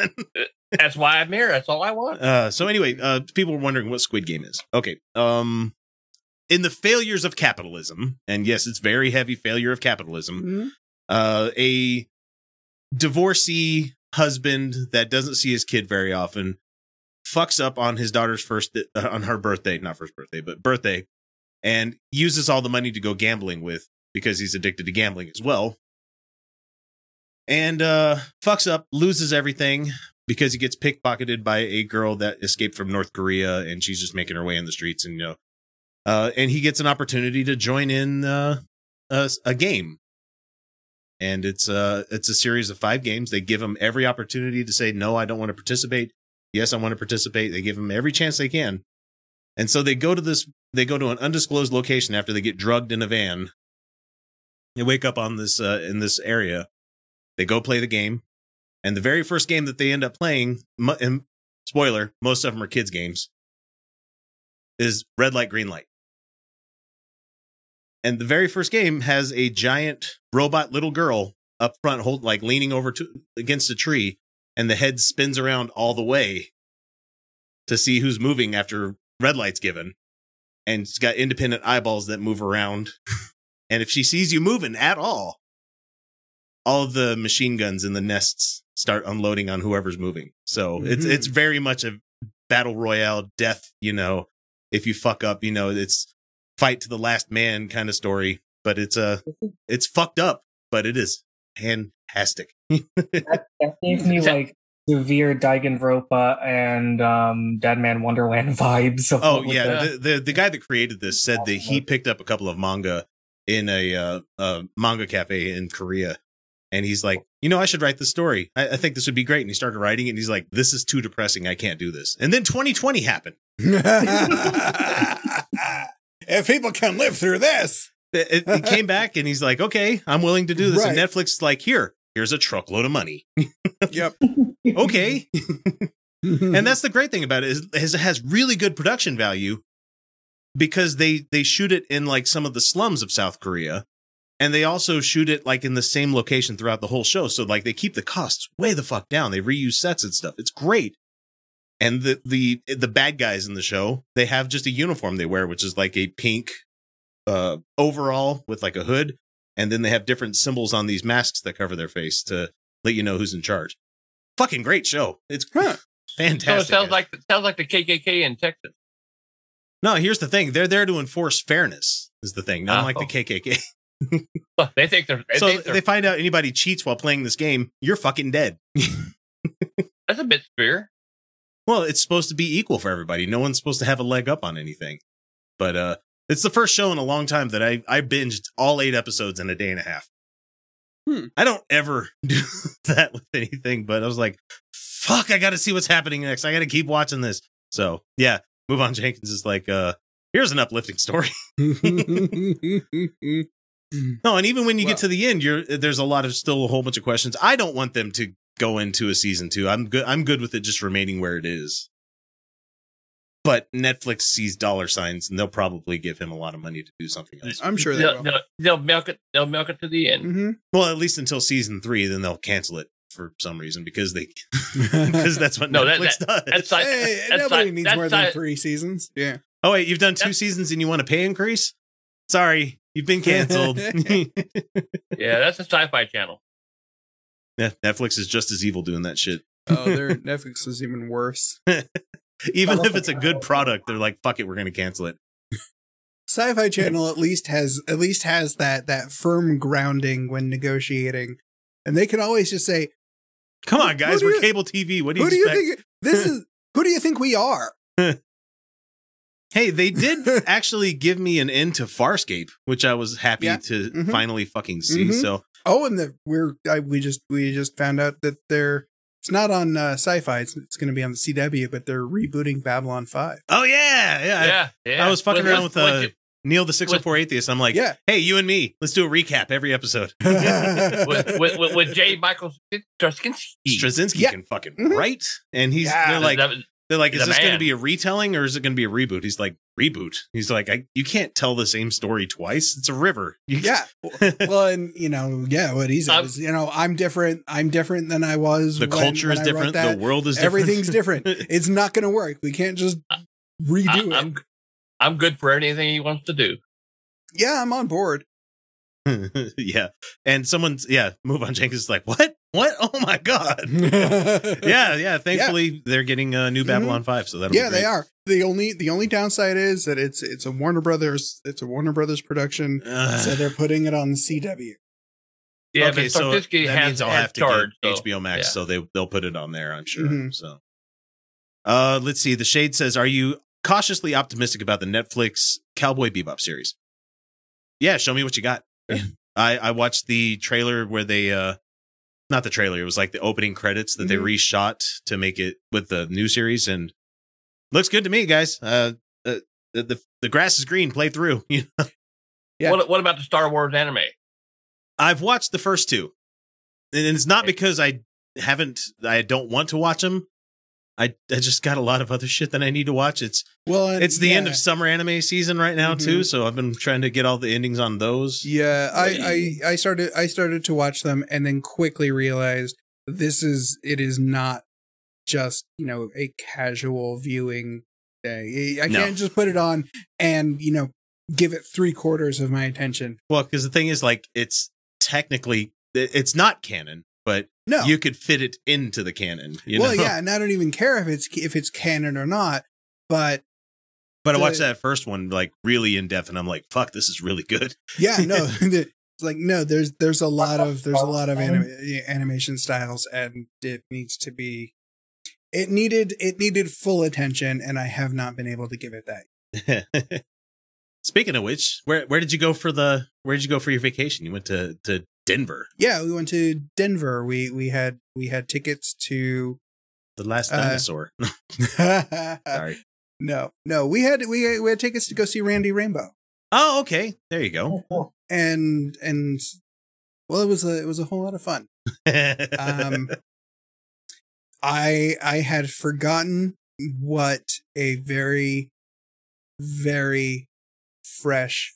S3: That's why I'm here. That's all I want.
S1: Uh, so anyway, uh, people were wondering what Squid Game is. Okay. Um, in the failures of capitalism, and yes, it's very heavy failure of capitalism.
S2: Mhm.
S1: Uh, a divorcee husband that doesn't see his kid very often fucks up on his daughter's first uh, on her birthday, not first birthday, but birthday, and uses all the money to go gambling with because he's addicted to gambling as well. And uh fucks up, loses everything because he gets pickpocketed by a girl that escaped from North Korea and she's just making her way in the streets and you know uh and he gets an opportunity to join in uh a, a game. And it's uh it's a series of 5 games. They give him every opportunity to say no, I don't want to participate. Yes, I want to participate. They give him every chance they can. And so they go to this they go to an undisclosed location after they get drugged in a van they wake up on this uh, in this area they go play the game and the very first game that they end up playing mu- and spoiler most of them are kids games is red light green light and the very first game has a giant robot little girl up front hold like leaning over to against a tree and the head spins around all the way to see who's moving after red light's given and it's got independent eyeballs that move around and if she sees you moving at all, all the machine guns in the nests start unloading on whoever's moving. So it's
S2: Mhm.
S1: it's very much a battle royale death, you know. If you fuck up, you know, it's fight to the last man kind of story. But it's a it's fucked up, but it is fantastic.
S4: That gave me
S3: Sa-
S4: like severe Danganronpa and um, Dead Man Wonderland vibes. of
S1: Oh
S4: what
S1: yeah,
S4: the-
S1: the, the the guy that created this said that he picked up a couple of manga in a uh, uh, manga cafe in Korea, and he's like, you know, I should write this story. I, I think this would be great. And he started writing it, and he's like, this is too depressing. I can't do this. And then 2020 happened.
S2: if people can live through this,
S1: It, it- he came back, and he's like, okay, I'm willing to do this. And
S2: Right.
S1: Netflix is like, here, here's a truckload of money.
S2: yep.
S1: Okay, and that's the great thing about it is, is it has really good production value because they they shoot it in like some of the slums of South Korea and they also shoot it like in the same location throughout the whole show so like they keep the costs way the fuck down they reuse sets and stuff it's great and the the the bad guys in the show they have just a uniform they wear which is like a pink uh overall with like a hood and then they have different symbols on these masks that cover their face to let you know who's in charge fucking great show it's
S2: Huh.
S3: So
S1: fantastic
S3: it sounds like it sounds like the KKK in Texas.
S1: No, here's the thing. They're there to enforce fairness. Is the thing, not
S3: Oh.
S1: like the KKK.
S3: Well, They think they're, they
S1: so
S3: think they're
S1: they find out anybody cheats while playing this game, you're fucking dead.
S3: that's a bit severe.
S1: Well, it's supposed to be equal for everybody. No one's supposed to have a leg up on anything. But uh, it's the first show in a long time that I I binged all eight episodes in a day and a half.
S2: Hmm.
S1: I don't ever do that with anything, but I was like, fuck, I got to see what's happening next. I got to keep watching this. So yeah, move on. Jenkins is like, uh, here's an uplifting story. No, and even when you
S3: Well-
S1: get to the end, you're there's a lot of still a whole bunch of questions. I don't want them to go into a season two. I'm good. I'm good with it just remaining where it is. But Netflix sees dollar signs, and they'll probably give him a lot of money to do something else.
S2: I'm sure they
S3: They'll,
S2: will.
S3: they'll, they'll milk it. They'll milk it to the end.
S2: hmm
S1: Well, at least until season three, then they'll cancel it for some reason because they
S2: Mm-hmm.
S1: because that's what
S3: No, that-
S1: Netflix does.
S3: That's like
S2: hey,
S3: that's
S2: nobody
S3: like-
S2: needs
S3: that's
S2: more than
S3: like-
S2: three seasons. Yeah.
S1: oh wait, you've done two
S3: that's-
S1: seasons and you want a pay increase? Sorry, you've been canceled.
S3: yeah, that's a sci-fi channel.
S1: Yeah, Netflix is just as evil doing that shit.
S2: Oh, their Netflix was even worse.
S1: Even if it's a good product, they're like, "Fuck it, we're going to cancel it."
S2: Sci-Fi Channel at least has at least has that that firm grounding when negotiating, and they can always just say,
S1: Come on,
S2: Who-
S1: guys.
S2: who do
S1: We're
S2: you-
S1: cable TV. What do you
S2: "Who do you
S1: expect?
S2: think this is? Who do you think we are?"
S1: hey, they did actually give me an end to Farscape, which I was happy
S2: Yeah.
S1: to
S2: Mhm.
S1: finally fucking see.
S2: Mhm.
S1: So,
S2: Oh, and the we're I, we just we just found out that they're it's not on uh, Sci-Fi. It's, it's going to be on the CW, but they're rebooting Babylon Five.
S1: oh yeah, yeah.
S3: yeah, yeah.
S1: I was fucking around with, uh,
S3: Jim-
S1: Neil the six hundred four atheist. I'm like,
S2: Yeah.
S1: hey, you and me, let's do a recap every episode. uh,
S3: with, with, with, with J. Michael Straczynski.
S1: Straczynski
S2: Yeah.
S1: can fucking
S2: Mhm.
S1: write, and he's
S2: Yeah.
S1: they're like,
S3: That was-
S1: they're like,
S3: he's
S1: is
S3: a
S1: this going to
S3: man.
S1: be a retelling or is it going to be a reboot? He's like, reboot. He's like, I, you can't tell the same story twice. It's a river. You
S2: yeah. Well, and you know, yeah, what he said
S3: Um,
S2: was, you know, I'm different. I'm different than I was.
S1: the
S2: when-
S1: culture
S2: when
S1: is
S2: I wrote
S1: different.
S2: that.
S1: The world is different.
S2: Everything's different. It's not going to work. We can't just
S3: I,
S2: redo it.
S3: I'm, I'm good for anything he wants to do.
S2: yeah, I'm on board.
S1: yeah. And someone's yeah, move on Jenkins is like, "What? What? Oh my god."
S2: yeah, Mm-hmm.
S1: Yeah, yeah, thankfully they're getting a new Babylon 5, so that'll
S2: yeah,
S1: be great.
S2: they are. The only the only downside is that it's it's a Warner Brothers it's a Warner Brothers production,
S1: Ugh.
S2: so they're putting it on the CW.
S3: Yeah,
S1: okay,
S3: but
S1: so that
S3: Straczynski has,
S1: means I'll
S3: has
S1: have to
S3: charge,
S1: get
S3: so-
S1: HBO Max,
S3: yeah.
S1: so they they'll put it on there, I'm sure.
S2: Mhm.
S1: So uh let's see. The Shade says, Are you cautiously optimistic about the Netflix Cowboy Bebop series? Yeah, show me what you got. I, I watched the trailer where they uh not the trailer, it was like the opening credits that they
S2: Mhm.
S1: reshot to make it with the new series and looks good to me, guys. Uh, uh the, the the grass is green, play through. You know?
S2: Yeah.
S3: What, what about the Star Wars anime?
S1: I've watched the first two. And it's not because I haven't I don't want to watch them. I I just got a lot of other shit that I need to watch. It's
S2: Well, and-
S1: it's the end
S2: Uh, yeah. Mm-hmm.
S1: of summer anime season right now too, so I've been trying to get all the endings on those.
S2: Yeah, I, I I started I started to watch them and then quickly realized this is it is not just you know a casual viewing day. I I
S1: No.
S2: can't just put it on and you know give it three quarters of my attention.
S1: Well, because the thing is, like, it's technically it- it's not canon, but
S2: No,
S1: you could fit it into the canon. You
S2: well,
S1: know?
S2: yeah, and I don't even care if it's if it's canon or not, but
S1: But I
S2: the-
S1: watched that first one like really in depth, and I'm like, "Fuck, this is really good."
S2: yeah, no, the, It's like no, there's there's a lot of there's a lot of anim- yeah, animation styles, and it needs to be. It needed it needed full attention, and I have not been able to give it that.
S1: Speaking of which, where where did you go for the where did you go for your vacation? You went to to Denver
S2: Yeah, we went to Denver. We we had we had tickets to.
S1: the last
S2: Uh,
S1: dinosaur. Sorry.
S2: No, no, we had we had, we had tickets to go see Randy Rainbow,
S1: Oh, okay. There you go.
S2: and and well, it was a it was a whole lot of fun. um, I I had forgotten what a very, very fresh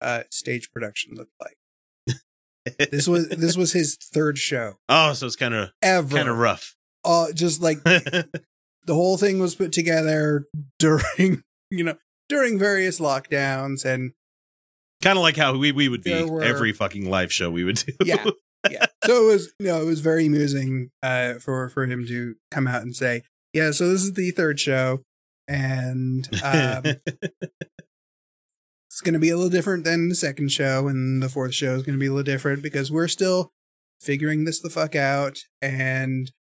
S2: uh, stage production looked like. This was this was his third show
S1: oh, so it's kind of
S2: ever.
S1: kind of rough.
S2: Uh, just like the whole thing was put together during you know during various lockdowns and
S1: kind of like how we, we would be
S2: There were-
S1: every fucking live show we would do.
S2: Yeah. yeah. So it was you know, it was very amusing uh for for him to come out and say, "Yeah, so this is the third show and um it's going to be a little different than the second show and the fourth show is going to be a little different because we're still figuring this the fuck out and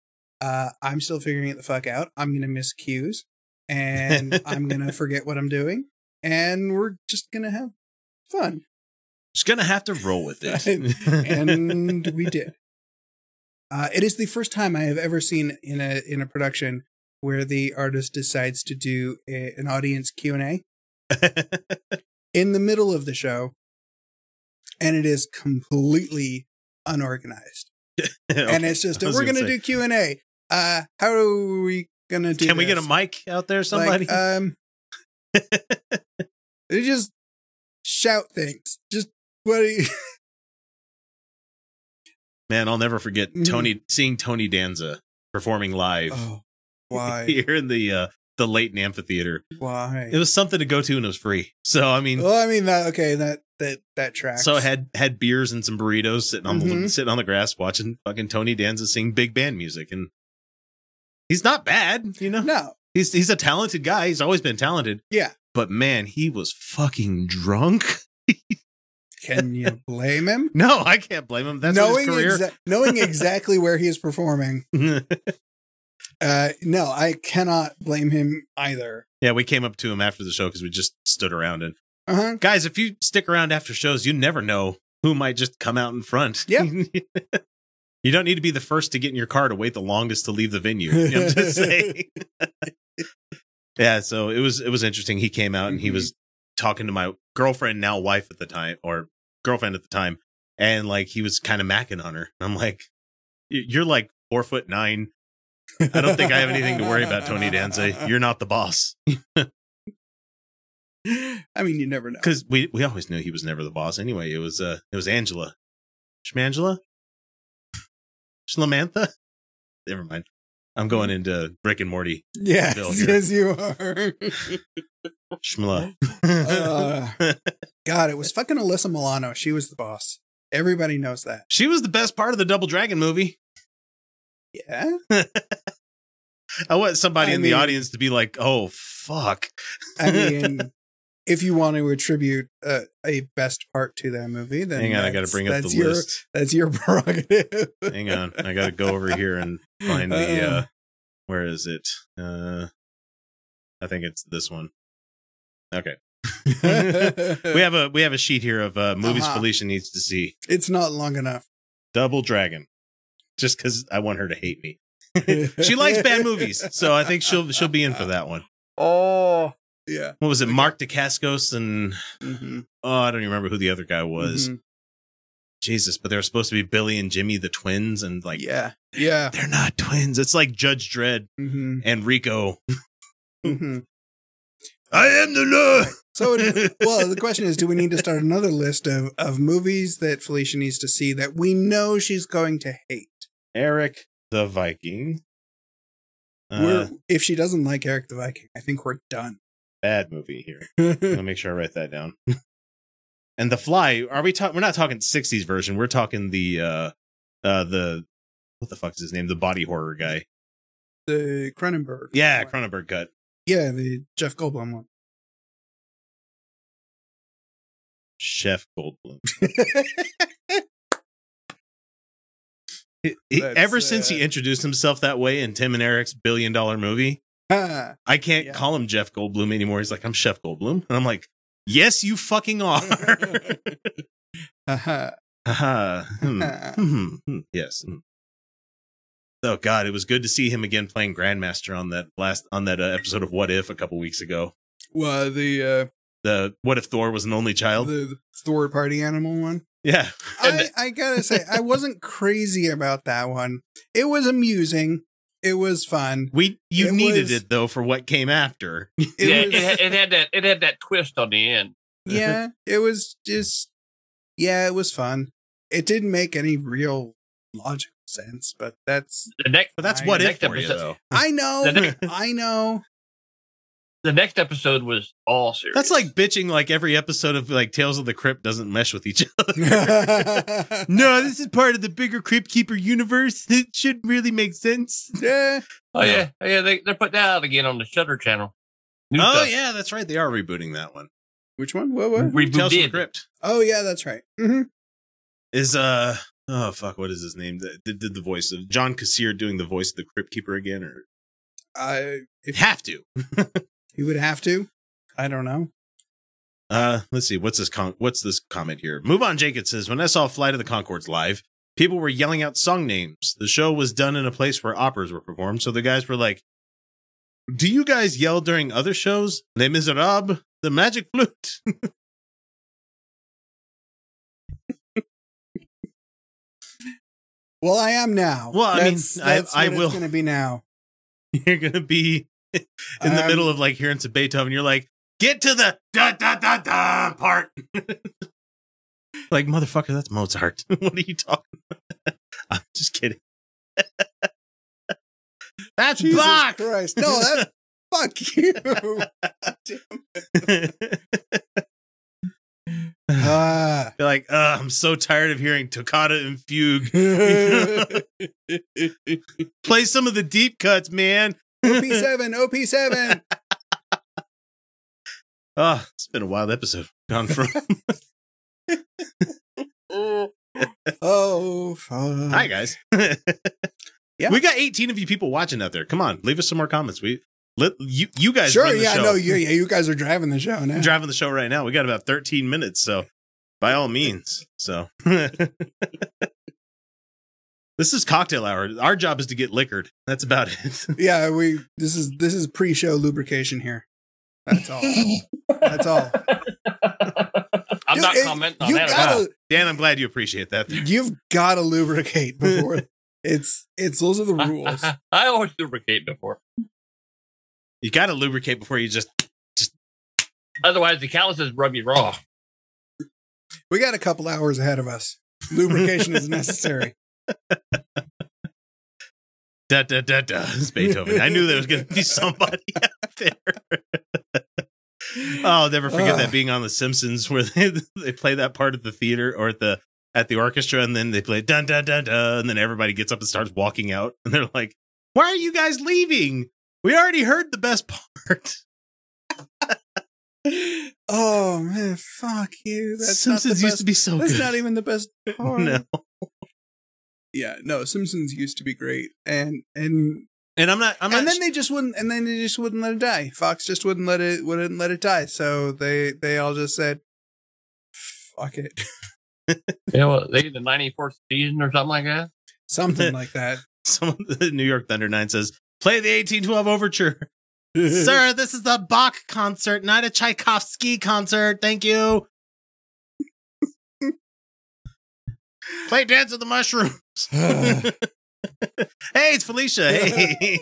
S2: uh I'm still figuring it the fuck out. I'm going to miss cues and I'm going to forget what I'm doing and we're just going to have fun.
S1: Just gonna have to roll with it.
S2: and we did. Uh, it is the first time I have ever seen in a in a production where the artist decides to do a, an audience Q and A in the middle of the show, and it is completely unorganized. And it's just
S1: I was
S2: we're
S1: gonna
S2: gonna
S1: say.
S2: do Q and A. Uh, how are we gonna do?
S1: can we get a
S2: this?
S1: mic out there?
S2: Like,
S1: Somebody.
S2: um, they just shout things. Just what? Are you,
S1: Man, I'll never forget
S2: Mhm.
S1: Tony seeing Tony Danza performing live
S2: oh, why?
S1: here in the uh, the Leighton Amphitheater.
S2: Why?
S1: It was something to go to and it was free. So I mean,
S2: Well, I mean that. Okay, that that that tracks.
S1: so I had had beers and some burritos, sitting on the
S2: Mhm.
S1: sitting on the grass watching fucking Tony Danza sing big band music, and he's not bad, you know.
S2: no.
S1: He's he's a talented guy. He's always been talented.
S2: Yeah.
S1: But man, he was fucking drunk.
S2: Can you blame him?
S1: No, I can't blame him. That's what
S2: knowing
S1: his career.
S2: exa- knowing exactly where he is performing. Uh, no, I cannot blame him either.
S1: yeah, we came up to him after the show because we just stood around and
S2: Uh huh.
S1: guys, if you stick around after shows, you never know who might just come out in front.
S2: Yeah.
S1: you don't need to be the first to get in your car to wait the longest to leave the venue. You know what I'm just saying. yeah, so it was it was interesting. He came out and he was talking to my girlfriend, now wife at the time, or girlfriend at the time, and like he was kind of macking on her. I'm like, "Y- you're like four foot nine. I don't think I have anything to worry about, Tony Danza. You're not the boss.
S2: I mean, you never know.
S1: because we we always knew he was never the boss anyway. It was uh it was Angela, Shmangela, Shlamantha. Never mind. I'm going into Rick and Morty.
S2: Yes,
S1: Bill here.
S2: yes, you are.
S1: Shmla.
S2: Uh, God, it was fucking Alyssa Milano. She was the boss. Everybody knows that.
S1: she was the best part of the Double Dragon movie.
S2: Yeah.
S1: I want somebody
S2: I
S1: in the
S2: mean-
S1: audience to be like, "Oh fuck."
S2: I mean, if you want to attribute uh, a best part to that movie, then
S1: Hang on, I got to
S2: that's-
S1: bring up the
S2: that's your,
S1: list.
S2: That's your prerogative.
S1: Hang on, I got to go over here and find the uh where is it? Uh I think it's this one. Okay. we have a we have a sheet here of uh, movies
S2: Uh-huh.
S1: Felicia needs to see.
S2: it's not long enough.
S1: Double Dragon, just because I want her to hate me. She likes bad movies, so I think she'll she'll be in for that one.
S3: Oh,
S2: Yeah.
S1: What was it? Mark DeCascos and
S2: Mhm.
S1: oh, I don't even remember who the other guy was.
S2: Mhm.
S1: Jesus, but they're supposed to be Billy and Jimmy, the twins, and like
S2: yeah. Yeah.
S1: they're not twins. It's like Judge Dredd
S2: Mhm.
S1: and Rico.
S2: Mhm.
S1: I am the law.
S2: So, it, well, the question is, do we need to start another list of of movies that Felicia needs to see that we know she's going to hate?
S1: Eric the Viking. Uh,
S2: We're, if she doesn't like Eric the Viking, I think we're done.
S1: bad movie here. Let me make sure I write that down. and the fly, are we talking? We're not talking '60s version. We're talking the uh, uh, the what the fuck is his name? The body horror guy.
S2: the Cronenberg.
S1: Yeah,
S2: one.
S1: Cronenberg cut.
S2: yeah, the Jeff Goldblum one.
S1: Chef Goldblum. He- he-
S2: That's,
S1: ever since
S2: uh,
S1: he introduced himself that way in Tim and Eric's billion dollar movie,
S2: Ah,
S1: I can't
S2: Yeah.
S1: call him Jeff Goldblum anymore. He's like, I'm Chef Goldblum. And I'm like, yes, you fucking are.
S2: aha,
S1: Haha. Hmm.
S2: aha.
S1: Hmm. Hmm. yes. Hmm. Oh God, it was good to see him again playing Grandmaster on that last on that uh, episode of What If a couple weeks ago.
S2: well, the uh,
S1: The What If Thor was an only child?
S2: the third party animal one.
S1: yeah,
S3: And
S2: I, I gotta say, I wasn't crazy about that one. It was amusing. It was fun.
S1: we you
S2: It
S1: needed
S2: was-
S1: it though for what came after.
S2: It
S3: yeah,
S2: was,
S3: it, had, it had that it had that twist on the end.
S2: yeah, it was just, yeah, it was fun. It didn't make any real logical sense, but that's,
S3: The next
S1: But that's
S2: I-
S1: What If
S3: Next
S1: for you
S3: episode.
S1: though.
S2: I know,
S3: The
S2: I know.
S3: the next episode was all serious.
S1: That's like bitching like every episode of like Tales of the Crypt doesn't mesh with each other.
S2: yeah,
S1: no, this is part of the bigger Crypt Keeper universe. It shouldn't really make sense.
S3: oh yeah, oh, yeah. They, they're putting that out again on the Shutter Channel. New
S1: oh
S3: stuff.
S1: yeah, that's right. They are rebooting that one.
S2: which one? What? What?
S3: Rebooted.
S1: Tales of the Crypt.
S2: Oh yeah, that's right. hmm
S1: is uh oh fuck what is his name that did, did the voice of John Cassier doing the voice of the Crypt Keeper again or
S2: I
S1: it have to
S2: he would have to. I don't know.
S1: uh let's see what's this con- what's this comment here move on Jake it says when I saw Flight of the Concords live people were yelling out song names the show was done in a place where operas were performed so the guys were like do you guys yell during other shows Les Miserables the Magic Flute
S2: Well, I am now.
S1: Well, I mean, I- I will-
S2: going to be now.
S1: you're gonna be in the
S2: Um,
S1: middle of like hearing some Beethoven, you're like, get to the da da da da part. like, motherfucker, that's Mozart. what are you talking about? I'm just kidding. that's
S2: Jesus
S1: Bach.
S2: Christ. No, that fuck you. Ah.
S1: You're like, Ugh, I'm so tired of hearing toccata and fugue. Play some of the deep cuts, man.
S2: OP7, OP7.
S1: Oh, it's been a wild episode. Gone from
S2: Oh, fuck.
S1: Hi guys.
S2: Yeah.
S1: We got 18 of you people watching out there. Come on, leave us some more comments. We let you you guys
S2: Sure,
S1: run the
S2: yeah,
S1: show.
S2: no, you, yeah, you guys are driving the show now.
S1: I'm driving the show right now. We got about 13 minutes, so by all means. So This is cocktail hour. Our job is to get liquored. That's about it.
S2: yeah, we. This is this is pre-show lubrication here. That's all. That's all.
S3: I'm
S2: Dude,
S3: not
S2: it-
S3: commenting on
S2: you
S3: that at all.
S2: gotta,
S1: Dan, I'm glad you appreciate that.
S2: You've got to lubricate before. it's it's those are the rules.
S3: I always lubricate before.
S1: You got to lubricate before you just
S3: Otherwise, the calluses rub you raw.
S2: We got a couple hours ahead of us. Lubrication is necessary.
S1: da da da da. It's Beethoven. I knew there was going to be somebody out there. oh, I'll never forget
S2: Ugh.
S1: that being on The Simpsons where they, they play that part at the theater or at the at the orchestra, and then they play dun dun dun dun, and then everybody gets up and starts walking out, and they're like, "Why are you guys leaving? We already heard the best part."
S2: Oh man, fuck you. That's
S1: Simpsons
S2: not the
S1: used
S2: best.
S1: to be so
S2: that's
S1: good.
S2: not even the best part.
S1: no.
S2: Yeah, no. Simpsons used to be great, and and
S1: And I'm not. I'm
S2: and
S1: not.
S2: then they just wouldn't, and then they just wouldn't let it die. Fox just wouldn't let it wouldn't let it die. So they they all just said, "Fuck it,"
S3: Yeah, well, they did the 94th season or something like that.
S2: something like that.
S1: Someone, the New York Thunder Nine says, "Play the 1812 overture." Sir, this is the Bach concert, not a Tchaikovsky concert. Thank you. Play Dance of the Mushrooms. hey, it's Felicia. Hey.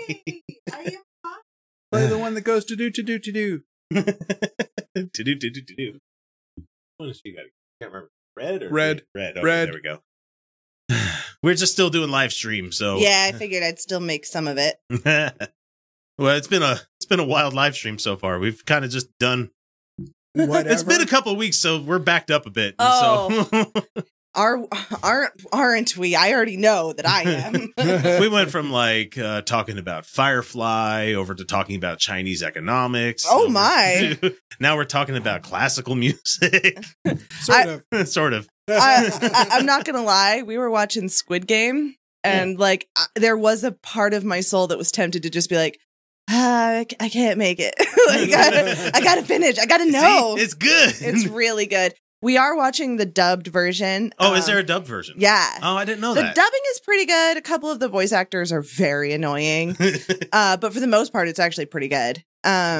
S2: Play the one that goes to do to do to do.
S1: do, do, do, do, do, do. What does she got? I can't remember. Red or
S2: Red.
S1: Red.
S2: Red.
S1: There we go. We're just still doing live stream, so
S5: Yeah, I figured I'd still make some of it.
S1: well, it's been a it's been a wild live stream so far. We've kind of just done
S2: Whatever.
S1: It's been a couple of weeks, so we're backed up a bit.
S5: Oh.
S1: So
S5: Are aren't aren't we? I already know that I am.
S1: we went from like uh, talking about Firefly over to talking about Chinese economics.
S5: Oh,
S1: over-
S5: my.
S1: now we're talking about classical music,
S2: Sort
S5: I-
S2: of.
S1: sort of.
S5: I, Uh, I, I'm not gonna lie. We were watching Squid Game, and like I, there was a part of my soul that was tempted to just be like, ah, I c- I can't make it. like I, I gotta finish. I gotta know.
S1: See, it's good.
S5: it's really good. We are watching the dubbed version.
S1: oh, is
S5: Um,
S1: there a dub version?
S5: Yeah.
S1: Oh, I didn't know
S5: the
S1: that.
S5: dubbing is pretty good. A couple of the voice actors are very annoying, uh, but for the most part, it's actually pretty good. Um,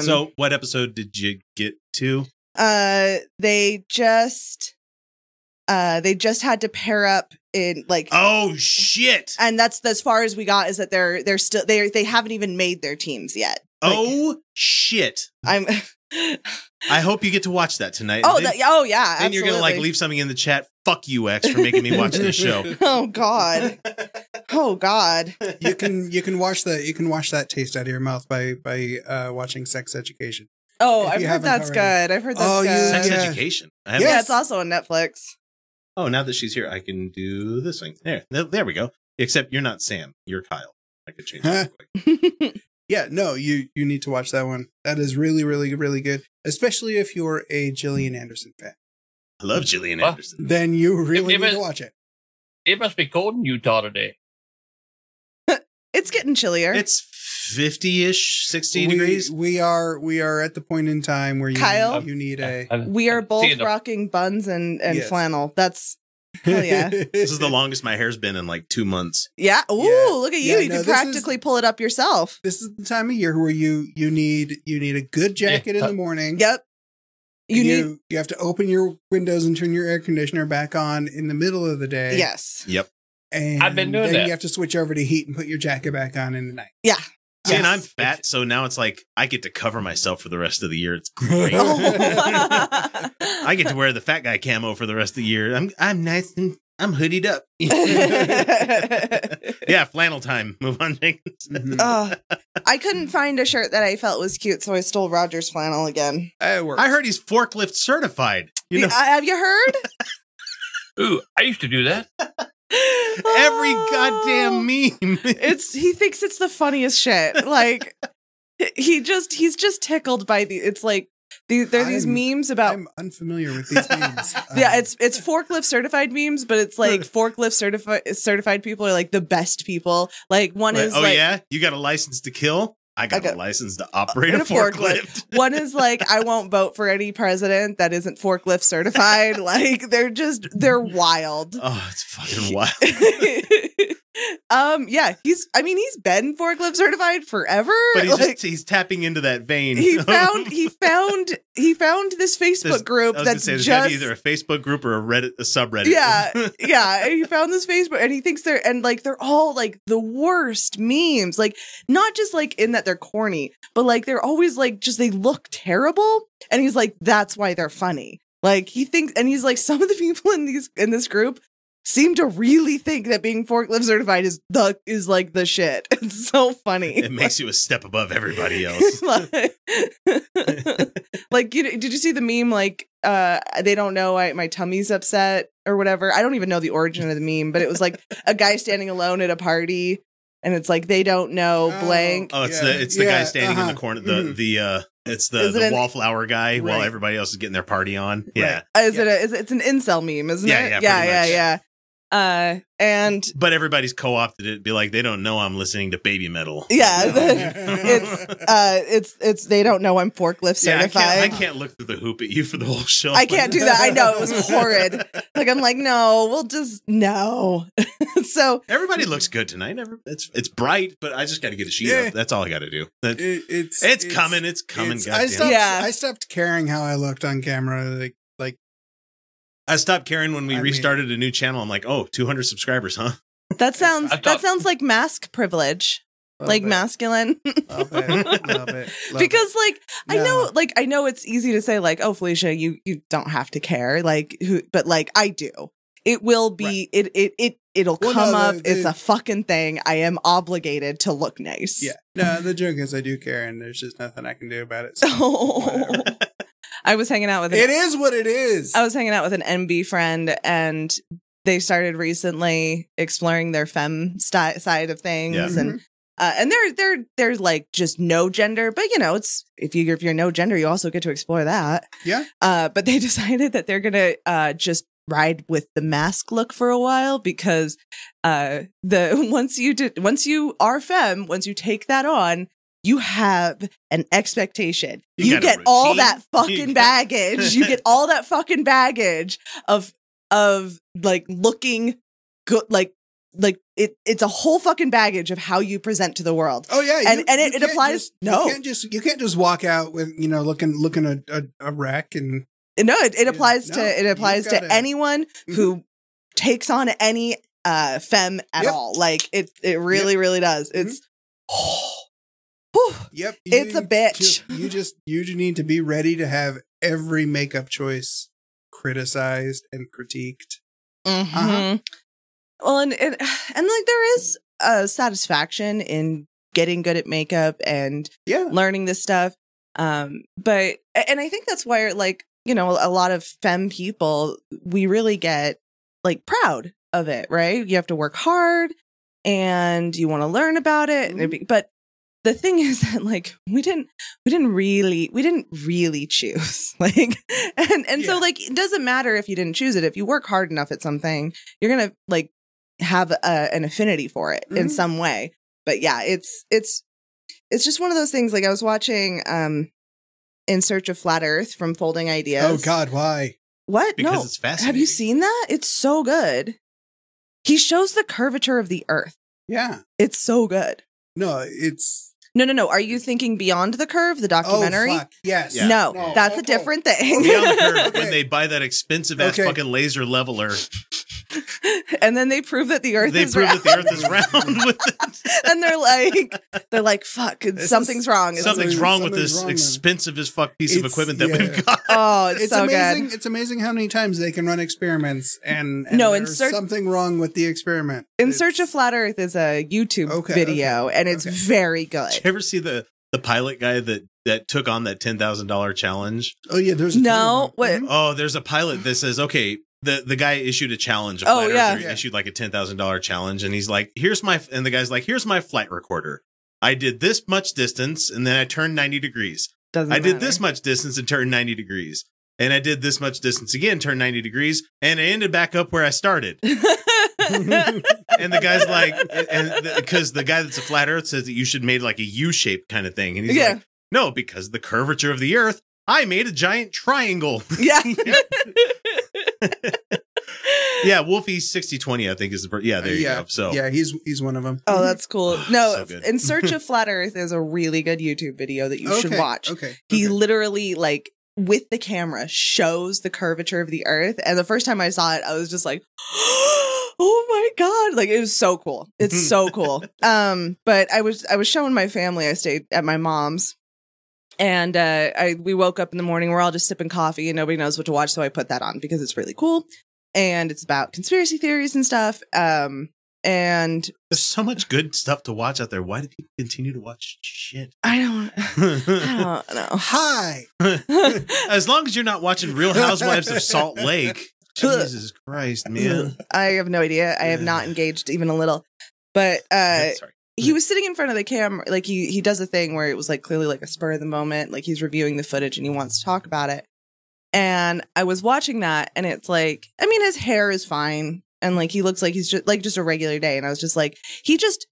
S1: so, what episode did you get to?
S5: uh, they just uh, they just had to pair up in like,
S1: Oh shit!
S5: and that's as far as we got. Is that they're they're still they they haven't even made their teams yet.
S1: oh shit!
S5: I'm
S1: I hope you get to watch that tonight.
S5: oh
S1: Then-
S5: that, oh yeah,
S1: then you're gonna like
S5: absolutely.
S1: leave something in the chat. Fuck you, X, for making me watch this show.
S5: Oh god, oh god.
S2: You can you can wash that you can wash that taste out of your mouth by by uh, watching Sex Education.
S5: Oh,
S2: If
S5: I've
S2: you
S5: heard
S2: haven't
S5: that's
S2: already.
S5: good. I've heard that's
S2: Oh, you-
S5: good.
S1: Sex
S2: Yeah.
S1: education. I haven't-
S5: Yeah,
S2: Yes.
S5: it's also on Netflix.
S1: Oh, now that she's here, I can do this thing. There, there, there we go. Except you're not Sam. You're Kyle. I could change that real quick.
S2: Yeah, no, you you need to watch that one. That is really really really good, especially if you're a Gillian Anderson fan.
S1: I love Gillian
S3: Huh?
S1: Anderson.
S2: Then you really
S3: If- if
S2: need
S3: it-
S2: to watch it.
S3: It must be cold in Utah today.
S5: it's getting chillier.
S1: It's fifty-ish, sixty
S2: we,
S1: degrees.
S2: We are we are at the point in time where you
S5: Kyle?
S2: you need a
S3: I'm-
S5: We are
S3: I'm
S5: both
S3: seeing the-
S5: rocking buns and, and
S2: Yes.
S5: flannel. That's Hell yeah.
S1: This is the longest my hair's been in like two months.
S5: yeah. Ooh,
S2: Yeah.
S5: look at you.
S2: Yeah,
S5: you
S2: no,
S5: can
S2: this is-
S5: practically pull it up yourself.
S2: this is the time of year where you you need you need a good jacket
S1: Uh,
S2: in the morning.
S5: Yep.
S2: you,
S5: You, need
S2: you have to open your windows and turn your air conditioner back on in the middle of the day.
S5: yes.
S2: and
S3: I've been doing
S2: then
S3: that.
S2: You have to switch over to heat and put your jacket back on in the night.
S1: See, and
S5: Yes.
S1: I'm fat, so now it's like I get to cover myself for the rest of the year. It's great.
S5: Oh.
S1: I get to wear the fat guy camo for the rest of the year. I'm I'm nice and I'm hoodied up. yeah, flannel time. Move on, Jenkins.
S5: Ugh. I couldn't find a shirt that I felt was cute, so I stole Roger's flannel again.
S2: It works.
S1: I heard he's forklift certified. You know,
S5: Uh, have you heard?
S3: Ooh, I used to do that.
S1: every
S5: Oh.
S1: goddamn meme.
S5: It's he thinks it's the funniest shit. Like he just he's just tickled by the. It's like the, there are these
S2: I'm-
S5: memes about
S2: I'm unfamiliar with these names.
S5: Yeah,
S2: Um,
S5: it's it's forklift certified memes, but it's like forklift certified certified people are like the best people. Like one
S1: Wait,
S5: is
S1: oh
S5: like
S1: yeah, you got a license to kill. I got,
S5: I got-
S1: a license to operate a
S5: in a
S1: forklift.
S5: forklift. one is like I won't vote for any president that isn't forklift certified. like they're just they're wild.
S1: oh, it's fucking wild.
S5: um yeah, he's I mean he's been forklift certified forever.
S1: But he's
S5: like
S1: just he's tapping into that vein.
S5: he found he found he found this Facebook
S1: There's-
S5: group
S1: I was gonna
S5: that's
S1: say there's gotta
S5: just
S1: be either a Facebook group or a Reddit a subreddit.
S5: Yeah, yeah. and He found this Facebook, and he thinks they're and like they're all like the worst memes. Like not just like in that they're corny, but like they're always like just they look terrible. And he's like, that's why they're funny. Like he thinks, and he's like, some of the people in these in this group seem to really think that being forklift certified is the is like the shit. It's so funny.
S1: it makes you a step above everybody else.
S5: like, like you know, did you see the meme like uh they don't know I, my tummy's upset or whatever i don't even know the origin of the meme but it was like a guy standing alone at a party and it's like they don't know
S2: Oh.
S5: blank
S1: Oh, it's
S2: Yeah.
S1: the it's the
S2: Yeah,
S1: guy standing in
S2: uh-huh.
S1: the corner. The
S2: Mhm.
S1: the uh, it's the,
S5: Mm-hmm. Is it
S1: the
S5: an-
S1: wallflower guy while
S2: Right.
S1: everybody else is getting their party on. Yeah,
S5: Uh, is it a, is it, it's an incel meme isn't
S1: Yeah,
S5: it
S1: yeah,
S5: yeah
S1: pretty
S5: yeah
S1: much.
S5: yeah uh and
S1: but everybody's co opted it. Be like they don't know I'm listening to baby metal.
S2: Mm-hmm.
S5: yeah
S1: it's-
S5: uh it's it's they don't know i'm forklift
S1: Yeah, I
S5: certified
S1: can't, I can't look through the hoop at you for the whole show.
S5: I can't do that. I know it was horrid. Like I'm like, no, we'll just no. so
S1: Everybody looks good tonight. Every- It's it's bright, but I just got to get a sheet
S2: Yeah.
S1: up. That's all I got to do. That-
S2: it- it's,
S1: it's, coming. It's coming.
S2: it's-
S1: goddamn.
S2: I stopped.
S5: Yeah.
S2: I stopped caring how I looked on camera. Like like
S1: I stopped caring when we
S2: I mean-
S1: restarted a new channel. I'm like, oh, 200 subscribers, huh?
S5: That sounds
S3: I thought-
S5: that sounds like mask privilege,
S2: love
S5: like
S2: it,
S5: masculine.
S2: love it, love it, love it.
S5: because like I
S2: No.
S5: know like I know it's easy to say like, "Oh, Felicia, you you don't have to care." Like who but like I do. It will be it it it it'll
S2: Well,
S5: come
S2: no,
S5: up.
S2: the-
S5: it's
S2: the-
S5: a fucking thing. I am obligated to look nice.
S2: Yeah. No, the joke is I do care, and there's just nothing I can do about it. So
S5: Oh, So I was hanging out with an,
S2: it is what it is.
S5: Oh, I was hanging out with an MB friend and they started recently exploring their fem sti- side of things
S1: Yeah.
S5: and uh, and they're they're they're like just no gender but you know it's if you if you're no gender you also get to explore that
S2: Yeah.
S5: uh, but they decided that they're gonna uh, just ride with the mask look for a while because uh the once you did once you are femme once you take that on you have an expectation
S1: You
S5: you
S1: got a
S5: get all
S1: routine.
S5: that
S1: You
S5: fucking
S1: got-
S5: baggage you get all that fucking baggage of of like looking good like like it it's a whole fucking baggage of how you present to the world
S2: Oh yeah,
S5: And- and it- it
S2: can't
S5: applies-
S2: just-
S5: no.
S2: you can't just you can't just walk out with you know looking looking a a, a wreck and
S5: no it, it
S2: Yeah,
S5: applies
S2: no,
S5: to it
S2: you
S5: applies to
S2: gotta-
S5: anyone who takes on any uh femme at
S2: Yep.
S5: all like it it really really does it's Whew.
S2: yep,
S5: It's a
S2: you
S5: bitch.
S2: ju- you just you ju- need to be ready to have every makeup choice criticized and critiqued. Uh-huh.
S5: Mhm. Well, and, and and like there is a satisfaction in getting good at makeup and
S2: Yeah,
S5: learning this stuff. Um, but and I think that's why, like you know, a lot of femme people, we really get like proud of it, right? You have to work hard and you want to learn about it,
S2: Mm-hmm.
S5: and it be- but the thing is that like we didn't we didn't really we didn't really choose like and and so
S2: Yeah.
S5: like it doesn't matter if you didn't choose it if you work hard enough at something you're gonna like have a, an affinity for it in
S2: Mhm.
S5: some way but yeah it's it's it's just one of those things like i was watching um in search of flat earth from folding ideas
S2: Oh God, why?
S5: what
S1: because
S5: no
S1: it's fascinating.
S5: have you seen that it's so good he shows the curvature of the earth
S2: Yeah,
S5: it's so good
S2: no, it's
S5: no no no are you thinking beyond the curve the documentary
S2: Oh, fuck. Yes,
S1: Yeah.
S5: No,
S2: No.
S5: that's
S2: Oh,
S5: a different thing.
S1: Beyond the curve
S2: Okay.
S1: when they buy that expensive ass
S2: Okay.
S1: fucking laser leveler?
S5: and then they prove that the Earth
S1: they
S5: is
S1: prove
S5: round,
S1: that the Earth is round. With
S5: and they're like, they're like, fuck, it's-
S1: This
S5: something's wrong. It's-
S1: something's wrong with
S2: something's
S1: this
S2: wrong with it.
S1: expensive as fuck piece of
S2: It's-
S1: equipment that
S2: yeah.
S1: we've got.
S5: oh, it's,
S2: It's
S5: so
S2: amazing.
S5: good.
S2: It's amazing how many times they can run experiments and, and
S5: No, in
S2: there's
S5: search-
S2: something wrong with the experiment.
S5: In
S2: It's-
S5: Search of Flat Earth is a YouTube
S2: Okay,
S5: video, and it's
S2: okay.
S5: very
S1: Did you
S5: good.
S1: ever see the the pilot guy that that took on that ten thousand dollar challenge?
S2: Oh yeah, there's a ton
S5: No,
S2: of them. Mm-hmm.
S1: Oh, there's a pilot that says, okay, the the guy issued a challenge. A
S5: Oh,
S1: flat earther
S5: yeah.
S2: Yeah.
S1: issued like a ten thousand dollar challenge, and he's like, here's my, and the guy's like, here's my flight recorder. I did this much distance, and then I turned ninety degrees.
S5: Doesn't
S1: I did
S5: matter.
S1: this much distance and turned ninety degrees, and I did this much distance again, turned ninety degrees, and I ended back up where I started. and the guy's like, and because the, guy that's a flat Earth says that you should made like a U shape kind of thing, and he's
S5: Yeah.
S1: like, no, because the curvature of the Earth, I made a giant triangle.
S5: yeah,
S1: yeah, Wolfie sixty twenty, I think is the per- yeah. There you
S2: Yeah.
S1: go. So
S2: yeah, he's he's one of them. Mm-hmm.
S5: Oh, that's cool. No,
S1: So good.
S5: In Search of Flat Earth is a really good YouTube video that you should
S2: Okay,
S5: watch.
S2: Okay,
S5: He
S2: okay.
S5: literally like with the camera shows the curvature of the earth and the first time I saw it I was just like oh my god like it was so cool.
S2: Mm-hmm.
S5: It's so cool. Um but I was I was showing my family I stayed at my mom's and uh I we woke up in the morning we're all just sipping coffee and nobody knows what to watch so I put that on because it's really cool and it's about conspiracy theories and stuff um and
S1: there's so much good stuff to watch out there. Why do people continue to watch shit?
S5: I don't I don't
S2: hi.
S5: know.
S1: as long as you're not watching Real Housewives of Salt Lake. Jesus Christ, man.
S5: I have no idea. I have
S1: Yeah.
S5: not engaged even a little. But uh
S1: Sorry.
S5: he was sitting in front of the camera like he he does a thing where it was like clearly like a spur of the moment, like he's reviewing the footage and he wants to talk about it. And I was watching that and it's like I mean his hair is fine and like he looks like he's just like just a regular day and I was just like he just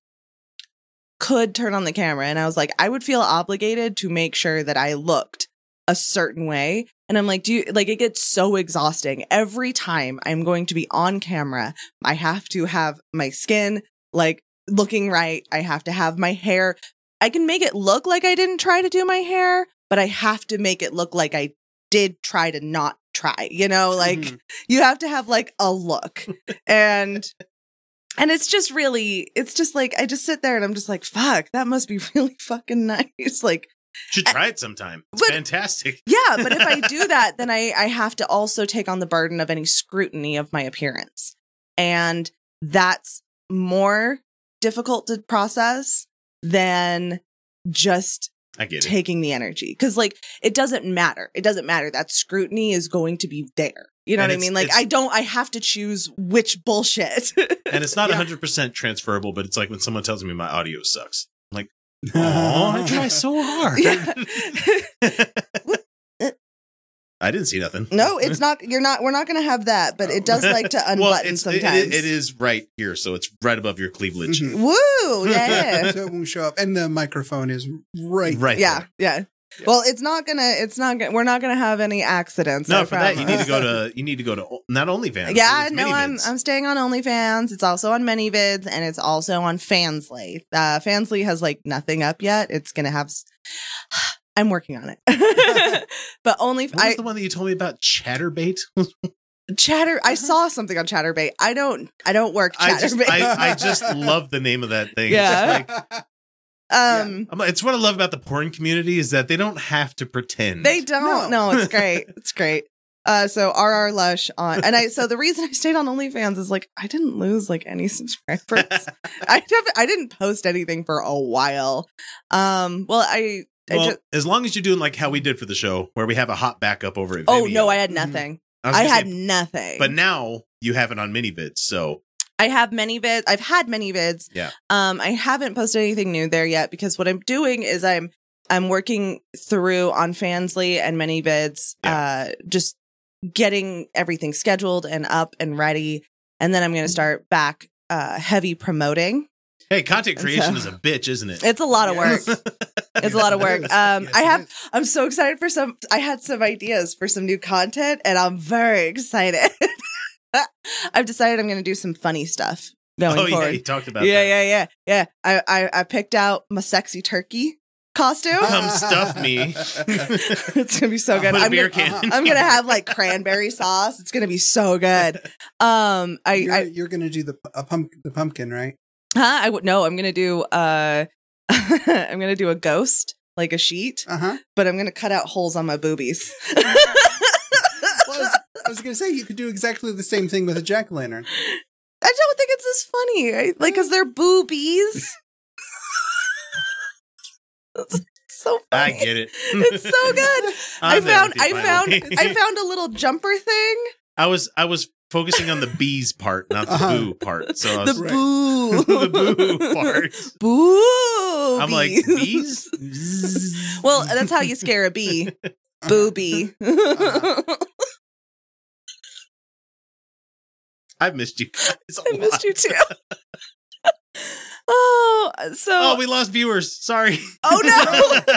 S5: could turn on the camera and I was like I would feel obligated to make sure that I looked a certain way and I'm like do you like it gets so exhausting every time I'm going to be on camera I have to have my skin like looking right I have to have my hair I can make it look like I didn't try to do my hair but I have to make it look like I did try to not try you know like
S2: Mhm.
S5: you have to have like a look and and it's just really it's just like i just sit there and i'm just like fuck that must be really fucking nice like
S1: Should try it sometime. It's
S5: But-
S1: fantastic.
S5: yeah but if i do that then i i have to also take on the burden of any scrutiny of my appearance and that's more difficult to process than just
S1: I get it.
S5: taking the energy because like it doesn't matter it doesn't matter that scrutiny is going to be there You know
S1: And
S5: what I
S1: it's-
S5: mean? Like
S1: it's-
S5: I don't I have to choose which bullshit.
S1: And it's not
S5: Yeah.
S1: 100% transferable, but it's like when someone tells me my audio sucks. I'm like, oh, I try so hard.
S5: Yeah. Uh.
S1: I didn't see nothing.
S5: no, it's not you're not we're not gonna have that, but it does like to unbutton
S1: Well, it's- it- it-
S5: sometimes.
S1: it is right here, so it's right above your cleavage.
S2: Mhm.
S5: Woo! Yeah.
S2: so it won't show up. And the microphone is right.
S1: Right.
S5: yeah,
S1: there.
S5: yeah. Well, it's not gonna. It's not gonna. We're not gonna have any accidents. I
S1: No, for that you
S5: promise.
S1: need to go to you need to go to o- not OnlyFans.
S5: Yeah,
S1: it's
S5: no, I'm
S1: Minivids.
S5: I'm staying on OnlyFans. It's also on ManyVids, and it's also on Fansly. Uh, Fansly has like nothing up yet. It's gonna have. s- I'm working on it, but only
S1: What was
S5: I
S1: the one that you told me about Chatterbait?
S5: chatter. I saw something on ChatterBait. I don't. I don't work
S1: Uh-huh. I just
S5: ChatterBait.
S1: I, I just love the name of that thing.
S5: Yeah.
S1: It's, like,
S5: um,
S1: I'm like- it's what I love about the porn community is that they don't have to pretend.
S5: They don't.
S2: No.
S5: No, it's great. It's great. Uh, so RR Lush on, and I. So the reason I stayed on OnlyFans is like I didn't lose like any subscribers. I haven't, I didn't post anything for a while. Um, well, I. I
S1: Well,
S5: just,
S1: as long as you're doing like how we did for the show, where we have a hot backup over it.
S5: oh no, I had nothing.
S1: was
S5: I
S1: gonna
S5: had
S1: say,
S5: nothing.
S1: but now you have it on minivids, so
S5: I have many vids. I've had many vids.
S1: Yeah.
S5: Um, I haven't posted anything new there yet because what I'm doing is I'm I'm working through on Fansly and many vids, uh, just getting everything scheduled and up and ready, and then I'm
S2: Mm-hmm.
S5: going to start back uh, heavy promoting.
S1: hey, content
S5: And
S1: creation
S5: so-
S1: is a bitch, isn't it?
S5: uh, It's a lot of work.
S2: Yes.
S5: It's a lot of
S2: Yes, it
S5: work.
S2: is.
S5: Um,
S2: Yes,
S5: I
S2: it
S5: have.
S2: is.
S5: I'm so excited for some. I had some ideas for some new content, and I'm very excited. I've decided I'm going to do some funny stuff going
S1: oh yeah,
S5: forward
S1: you talked about
S5: yeah,
S1: that.
S5: yeah, yeah, yeah. I, I I picked out my sexy turkey costume.
S1: Come stuff me.
S5: it's gonna be so good.
S1: Put Um, a
S5: I'm
S1: beer
S5: gonna, uh,
S1: can.
S2: uh-huh.
S5: I'm gonna have like cranberry sauce. It's gonna be so good. Um, I,
S2: you're,
S5: I
S2: you're gonna do the a pump the pumpkin, right?
S5: huh? I would no. I'm gonna do uh, I'm gonna do a ghost like a sheet,
S2: Uh huh.
S5: but I'm gonna cut out holes on my boobies.
S2: Well, I was, I was gonna say you could do exactly the same thing with a jack o' lantern.
S5: I don't think it's as funny, right? like, cause they're boobies. It's so
S1: I
S5: funny.
S1: get it.
S5: It's so good.
S1: I'm
S5: I
S1: there
S5: found
S1: with
S5: I
S1: you
S5: found
S1: finally.
S5: I found a little jumper thing.
S1: I was I was focusing on the bees part, not the
S2: Uh-huh.
S1: boo part. So I
S5: the
S1: was
S2: right.
S5: boo.
S1: the boo part.
S5: Boo.
S1: I'm like bees.
S5: Well, that's how you scare a bee. Booby.
S2: Uh-huh.
S1: I missed you guys. a
S5: I missed
S1: lot.
S5: you too. oh, so
S1: Oh, we lost viewers. Sorry.
S5: oh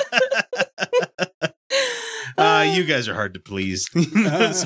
S5: no.
S1: Uh, you guys are hard to please. So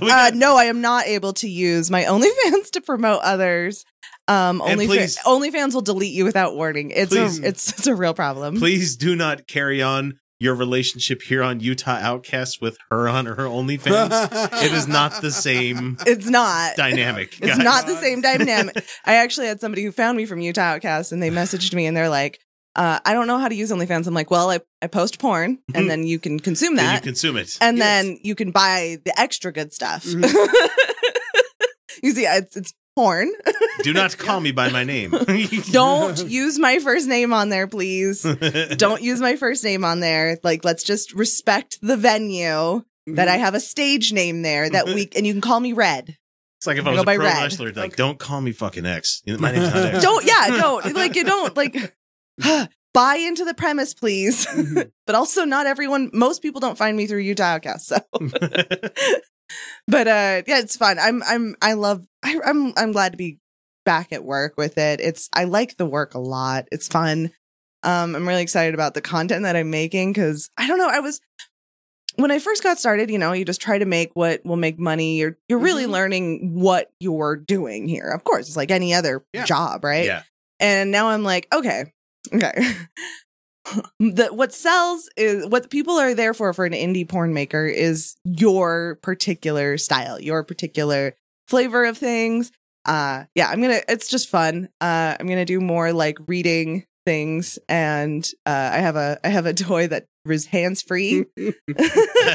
S1: we
S5: Uh,
S1: got-
S5: no, I am not able to use my OnlyFans to promote others. Um,
S1: And
S5: only
S1: please-
S5: OnlyFans will delete you without warning. It's
S1: Please.
S5: a it's it's a real problem.
S1: please do not carry on your relationship here on Utah Outcast with her on her OnlyFans. it is not the same
S5: It's not.
S1: dynamic.
S5: It's
S1: guys.
S5: not the
S2: God.
S5: same dynamic. I actually had somebody who found me from Utah Outcast and they messaged me and they're like, uh, I don't know how to use OnlyFans. I'm like, well, I, I post porn and then you can consume
S1: Then
S5: that
S1: you consume it.
S5: and
S2: Yes.
S5: then you can buy the extra good stuff. you see, it's, it's porn.
S1: Do not call me by my name.
S5: Don't use my first name on there, please.
S1: Don't.
S5: Don't use my first name on there. Like, let's just respect the venue that I have a stage name there that we, and you can call me Red.
S1: It's like if
S5: I
S1: I was
S5: go
S1: a
S5: by
S1: pro
S5: Red.
S1: wrestler, it'd be like, don't call me fucking X. You know, My name's not X.
S5: don't yeah don't like you don't like buy into the premise please
S2: Mhm.
S5: but also not everyone most people don't find me through utah outcast so but uh yeah it's fun i'm i'm i love I, i'm i'm glad to be back at work with it it's i like the work a lot it's fun um i'm really excited about the content that i'm making because i don't know i was when i first got started you know you just try to make what will make money you're you're really
S2: Mhm.
S5: learning what you're doing here of course it's like any other
S2: Yeah.
S5: job right
S1: Yeah.
S5: and now I'm like, okay, okay. the, what sells is what people are there for for an indie porn maker is your particular style, your particular flavor of things. Uh, yeah, I'm gonna. It's just fun. Uh, I'm gonna do more like reading things, and uh, I have a I have a toy that is hands free.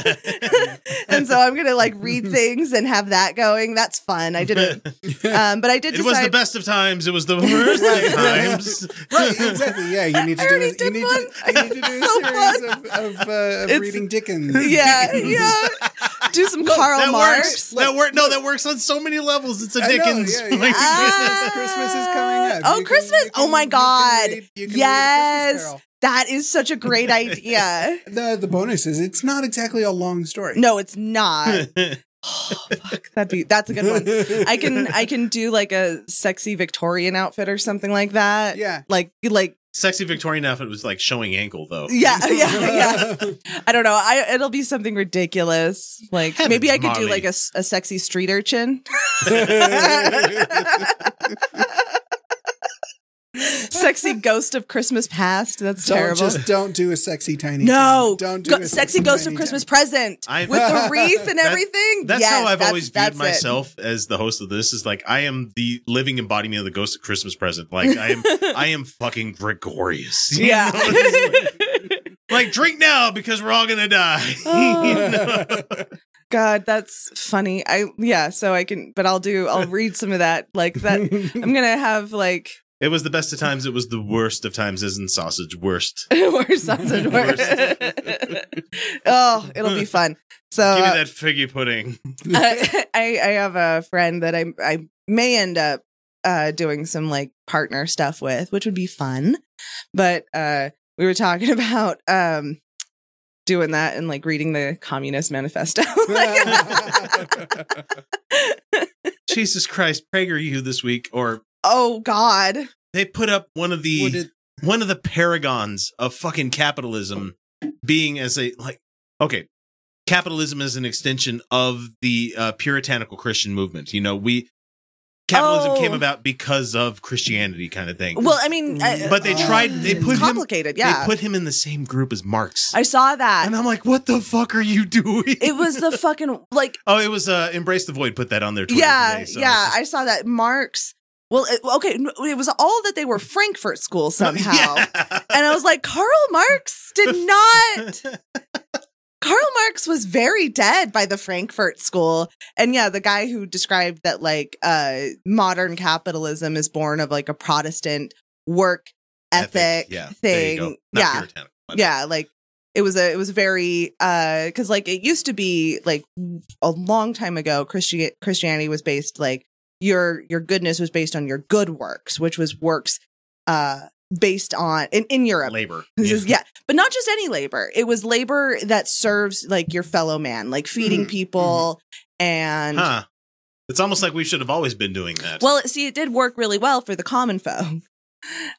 S5: and so I'm gonna like read things and have that going. That's fun. I did it, um, but I did.
S1: It
S5: decide-
S1: was the best of times. It was the worst
S2: Right.
S1: of times.
S2: Right, exactly. Yeah, you need to
S5: I
S2: do.
S5: already
S2: A, you,
S5: did
S2: need
S5: one.
S2: to, you need to do a
S5: So
S2: series of, of, uh, of
S5: It's-
S2: reading Dickens.
S5: yeah, yeah. do some Karl
S1: that
S5: Marx.
S1: works. that work. No, that works on so many levels. It's a
S2: I know,
S1: Dickens.
S2: yeah, yeah.
S5: Ah.
S2: Christmas is coming up.
S5: Oh, Christmas. Oh my God.
S2: read- you can read A Christmas
S5: Yes.
S2: Carol.
S5: That is such a great idea.
S2: The the bonus is it's not exactly a long story.
S5: No, it's not. Fuck, that'd be that's a good one. Ah. I can I can do like a sexy Victorian outfit or something like that.
S2: Yeah.
S5: Like like
S1: Sexy Victorian outfit was like showing ankle though.
S5: yeah yeah yeah. I don't know. I it'll be something ridiculous. Like
S1: Heavens,
S5: maybe I could do
S1: Molly.
S5: like a, s- a sexy street urchin. sexy ghost of Christmas past. That's
S2: Don't-
S5: terrible.
S2: Just don't do a sexy tiny.
S5: no,
S2: town. Don't do
S5: Go-
S2: a
S5: sexy ghost of
S2: tiny
S5: Christmas
S2: town.
S5: present
S1: I-
S5: with the wreath and
S1: That-
S5: everything.
S1: That's
S5: Yes,
S1: how I've
S5: that's-
S1: always
S5: that's
S1: viewed
S5: it.
S1: myself as the host of this. Is like I am the living embodiment of the ghost of Christmas present. Like I am, I am fucking Gregorious. You
S5: Yeah.
S1: know? It's like, like, drink now because we're all gonna die. You
S5: Ah.
S1: know?
S5: God, that's funny. I yeah, so I can but I'll do I'll read some of that. Like that I'm gonna have like
S1: It was the best of times. It was the worst of times. Isn't sausage worst?
S5: or sausage words. oh, it'll be fun. So
S1: Give me
S5: uh,
S1: that figgy pudding.
S5: I, I have a friend that I I may end up uh doing some like partner stuff with, which would be fun. But uh we were talking about um doing that and like reading the communist manifesto.
S1: Jesus Christ, Prager you this week, or
S5: oh God.
S1: they put up one of the
S2: Would it-
S1: one of the paragons of fucking capitalism being as a like okay capitalism is an extension of the uh, puritanical christian movement you know we capitalism
S5: Oh.
S1: came about because of christianity kind of thing
S5: Well, I mean, I-
S1: But they tried- they put
S5: it's
S1: him-
S5: complicated.
S1: they
S5: yeah,
S1: put him in the same group as marx
S5: I saw that.
S1: and i'm like what the fuck are you doing
S5: It was the fucking like
S1: oh it was uh embrace the void put that on their Twitter
S5: yeah,
S1: today, so
S5: yeah.
S1: it's
S5: I saw that Marx. Well, it, okay, no, it was all that they were Frankfurt school
S1: just-
S5: somehow,
S1: Yeah.
S5: and I was like, Karl Marx did not. Karl Marx was very dead by the Frankfurt School. And yeah, the guy who described that like uh modern capitalism is born of like a Protestant work ethic,
S1: yeah there you
S5: thing.
S1: go. Not
S5: yeah.
S1: puritanical, my bad.
S5: yeah like it was a it was very uh because like it used to be like a long time ago christian christianity was based like your your goodness was based on your good works which was works uh based on in, in europe
S1: labor
S5: this is yeah, but not just any labor. It was labor that serves like your fellow man, like feeding
S2: Mhm,
S5: people and
S1: Mm-hmm. Huh. It's almost like we should have always been doing that.
S5: well, it- see, it did work really well for the common folk.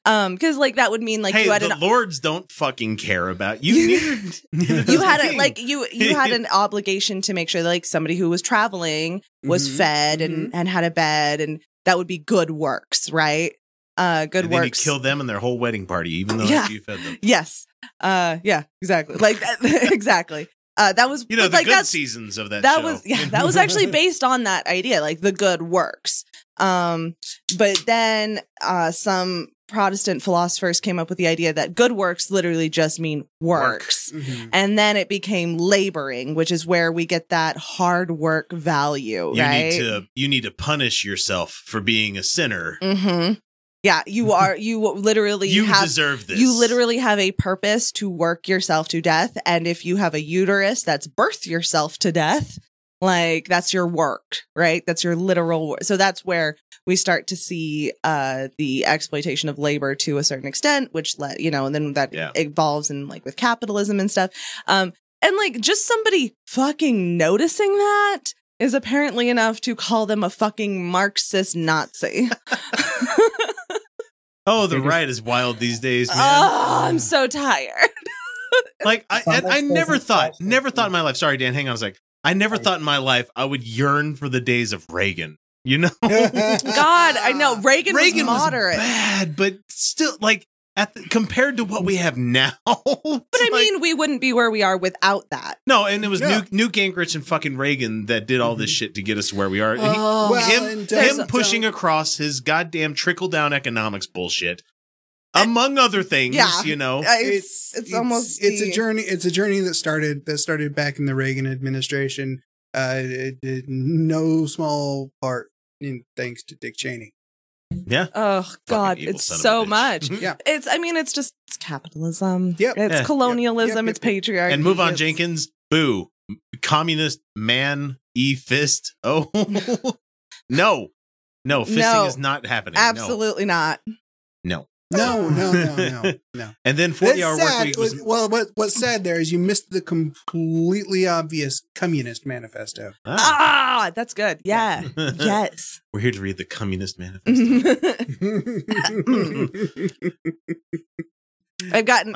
S5: Um, because like that would mean like
S1: hey,
S5: you had
S1: the
S5: an
S1: lords don't fucking care about you. Neither, neither does
S5: you had
S1: the
S5: a
S1: king.
S5: like you you had an obligation to make sure that, like somebody who was traveling was
S1: Mm-hmm.
S2: Mhm,
S5: fed and and had a bed and that would be good works, right? Uh, good
S1: and then you
S5: works.
S1: kill them and their whole wedding party, even though
S5: Yeah.
S1: you fed them.
S5: yes. Uh, yeah, exactly. Like exactly. Uh, that was
S1: You know the
S5: like
S1: good
S5: that's
S1: seasons of that.
S5: that
S1: show.
S5: was yeah that was actually based on that idea like the good works um but then uh some protestant philosophers came up with the idea that good works literally just mean works
S2: Mhm.
S5: and then it became laboring which is where we get that hard work value
S1: You
S5: right
S1: need to you need to punish yourself for being a sinner.
S5: hmm yeah you are you literally
S1: You
S5: have
S1: deserve this.
S5: You literally have a purpose to work yourself to death. And if you have a uterus, that's birth yourself to death. Like that's your work, right? That's your literal work. So that's where we start to see uh the exploitation of labor to a certain extent, which let you know, and then that
S1: Yeah.
S5: evolves in like with capitalism and stuff. Um and like just somebody fucking noticing that is apparently enough to call them a fucking Marxist Nazi.
S1: Oh, the
S4: Biggest-
S1: right is wild these days, man.
S5: oh, I'm so tired.
S1: like I, and I
S4: Sounds
S1: never
S4: like
S1: thought,
S4: business
S1: never
S4: fashion.
S1: thought in my life. Sorry, Dan. Hang on a sec. I never thought in my life I would yearn for the days of Reagan. You know,
S2: mm-hmm.
S5: God, I know Reagan,
S1: Reagan
S5: was
S1: was
S5: moderate.
S1: bad, but still, like at the, compared to what we have now.
S5: but I mean, we wouldn't be where we are without that.
S1: no, and it was
S2: Yeah.
S1: Newt, Newt Gingrich and fucking Reagan that did all this shit to get us to where we are. And uh, he-
S5: Oh,
S2: Well,
S1: him-
S2: and
S5: there's-
S1: him
S2: don't-
S1: pushing
S2: don't-
S1: across his goddamn trickle down economics bullshit, among other things.
S5: yeah.
S1: you know,
S5: I- it's, it's almost
S2: it's
S5: the-
S2: a journey. It's a journey that started that started back in the Reagan administration. Uh, it, it- no small part in thanks to Dick Cheney.
S1: yeah.
S5: Oh
S1: Fucking
S5: God,
S1: evil
S5: it's
S1: son of a
S5: so
S1: bitch.
S5: much.
S2: Yeah.
S5: It's I mean, it's just it's capitalism.
S2: Yep.
S5: It's
S1: Yeah.
S5: colonialism.
S2: Yep, yep,
S5: it's patriarchy.
S1: and move on,
S5: it's-
S1: Jenkins. Boo. communist man e fist? Oh, no, no, fisting
S5: No.
S1: is not happening. No.
S5: Absolutely not.
S1: no.
S2: No, no, no, no, no.
S1: And then
S2: That's
S1: forty Oh. hour work
S2: sad.
S1: week was
S2: well, what, what's sad there is you missed the completely obvious communist manifesto.
S1: Ah.
S5: Ah, that's good. Yeah. Mm-hmm. yes.
S1: We're here to read the Communist Manifesto.
S5: I've gotten.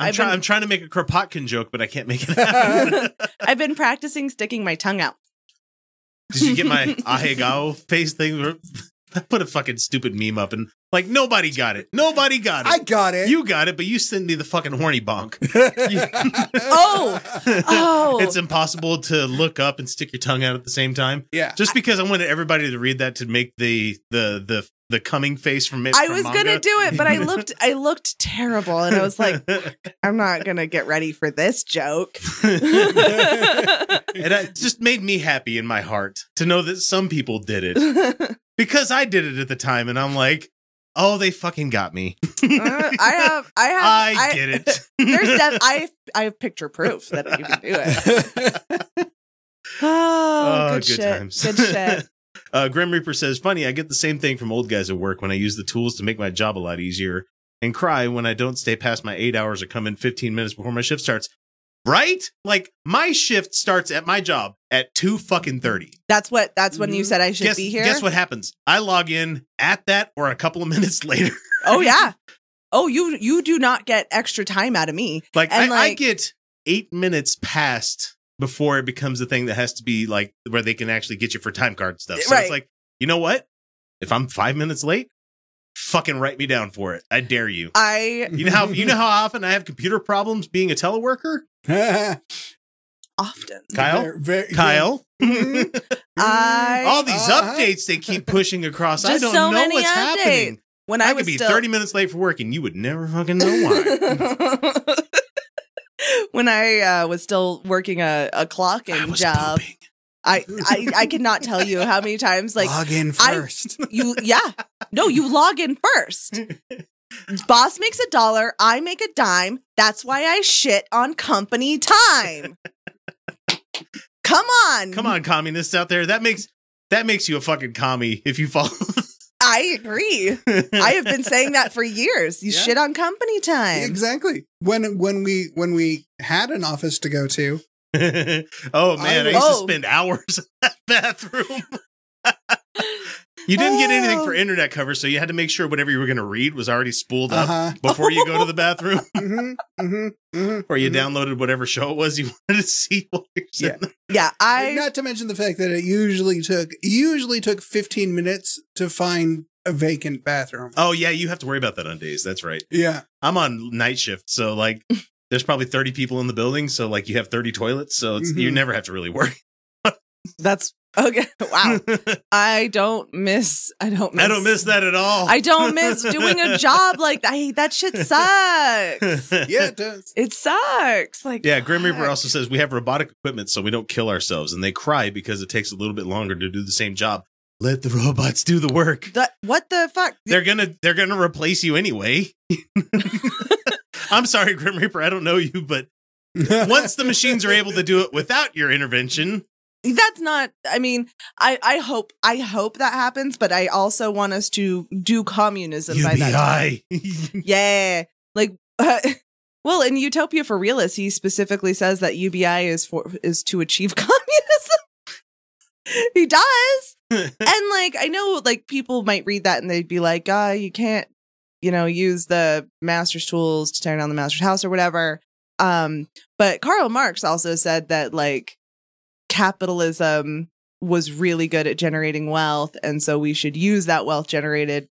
S1: I'm,
S5: I've
S1: try-
S5: been,
S1: I'm trying to make a Kropotkin joke, but I can't make it happen.
S5: I've been practicing sticking my tongue out.
S1: Did you get my Ahegao face thing? I put a fucking stupid meme up and like nobody got it. Nobody got it.
S2: I got it.
S1: you got it, but you send me the fucking horny bonk.
S5: Oh. Oh.
S1: it's impossible to look up and stick your tongue out at the same time.
S2: yeah.
S1: Just because I wanted everybody to read that to make the the the the coming face from it.
S5: I
S1: from
S5: was
S1: manga.
S5: gonna do it, but I looked. I looked terrible, and I was like, I'm not gonna get ready for this joke.
S1: and it just made me happy in my heart to know that some people did it
S5: Uh,
S1: because I did it at the time, and I'm like, oh, they fucking got me.
S5: Uh, I have. I have.
S1: I, get it.
S5: There's. Def- I. I have picture proof that you can do it. Oh,
S1: Oh,
S5: good, shit. Good shit.
S1: uh, Grim Reaper says, "Funny, I get the same thing from old guys at work when I use the tools to make my job a lot easier, and cry when I don't stay past my eight hours or come in fifteen minutes before my shift starts. Right? Like my shift starts at my job at two fucking thirty.
S5: That's what. That's when you
S2: Mhm.
S5: said I should
S1: Guess
S5: be here.
S1: guess what happens? I log in at that or a couple of minutes later.
S5: Oh yeah. Oh, you you do not get extra time out of me.
S1: Like, I,
S5: And,
S1: I
S5: like-
S1: get eight minutes past before it becomes a thing that has to be like where they can actually get you for time card stuff. So
S5: Right.
S1: it's like, you know what? If I'm five minutes late, fucking write me down for it. I dare you.
S5: I
S1: You know how you know how often I have computer problems being a teleworker,
S5: often.
S1: Kyle. Kyle,
S5: I
S1: Mm, all these
S2: Uh-huh.
S1: updates they keep pushing across. I
S5: Just
S1: don't
S5: so
S1: know
S5: many
S1: what's
S5: updates.
S1: happening.
S5: when
S1: I,
S5: I,
S1: could
S5: was
S1: be
S5: still,
S1: thirty minutes late for work, and you would never fucking know why.
S5: when I uh, was still working a, a
S1: I
S5: clocking
S1: was
S5: job,
S1: pooping.
S5: I, I I cannot tell you how many times like
S2: log in
S5: I-
S2: first.
S5: you yeah no you log in first. Boss makes a dollar, I make a dime. That's why I shit on company time. Come on,
S1: Come on, communists out there. That makes that makes you a fucking commie if you follow.
S5: I agree. I have been saying that for years. You
S1: Yeah.
S5: shit on company time.
S2: exactly. When when we when we had an office to go to,
S1: oh man, I, used
S5: Oh.
S1: to spend hours in that bathroom. you didn't get anything for
S5: Oh.
S1: internet cover, so you had to make sure whatever you were going to read was already spooled up
S2: uh-huh.
S1: before you go to the bathroom,
S2: hmm hmm hmm
S1: or you downloaded whatever show it was you wanted to see. While you're sitting there.
S5: Mm-hmm. Yeah, I
S2: Not to mention the fact that it usually took usually took 15 minutes to find a vacant bathroom.
S1: Oh yeah, you have to worry about that on days. That's right.
S2: Yeah.
S1: I'm on night shift, so like, there's probably 30 people in the building, so like you have 30 toilets, so it's, you
S5: Mm-hmm.
S2: Mhm.
S1: never have to really worry.
S5: that's okay. Wow. I don't miss I don't miss
S1: I don't miss that at all.
S5: I don't miss doing a job like that. I, that shit sucks.
S2: Yeah, it does.
S5: It sucks. Like
S1: Yeah, Grim Reaper
S5: fuck.
S1: also says we have robotic equipment so we don't kill ourselves and they cry because it takes a little bit longer to do the same job. Let the robots do the work.
S5: That- what the fuck?
S1: They're going to they're going to replace you anyway. I'm sorry Grim Reaper, I don't know you, but once the machines are able to do it without your intervention,
S5: That's not I mean, I I hope I hope that happens, but I also want us to do communism by that time.
S1: UBI.
S5: Yeah. Like well, in Utopia for Realists, he specifically says that UBI is for is to achieve communism. he does. and like I know like people might read that and they'd be like, "Uh, you can't, you know, use the master's tools to tear down the master's house or whatever." Um, but Karl Marx also said that like capitalism was really good at generating wealth and so we should use that wealth generated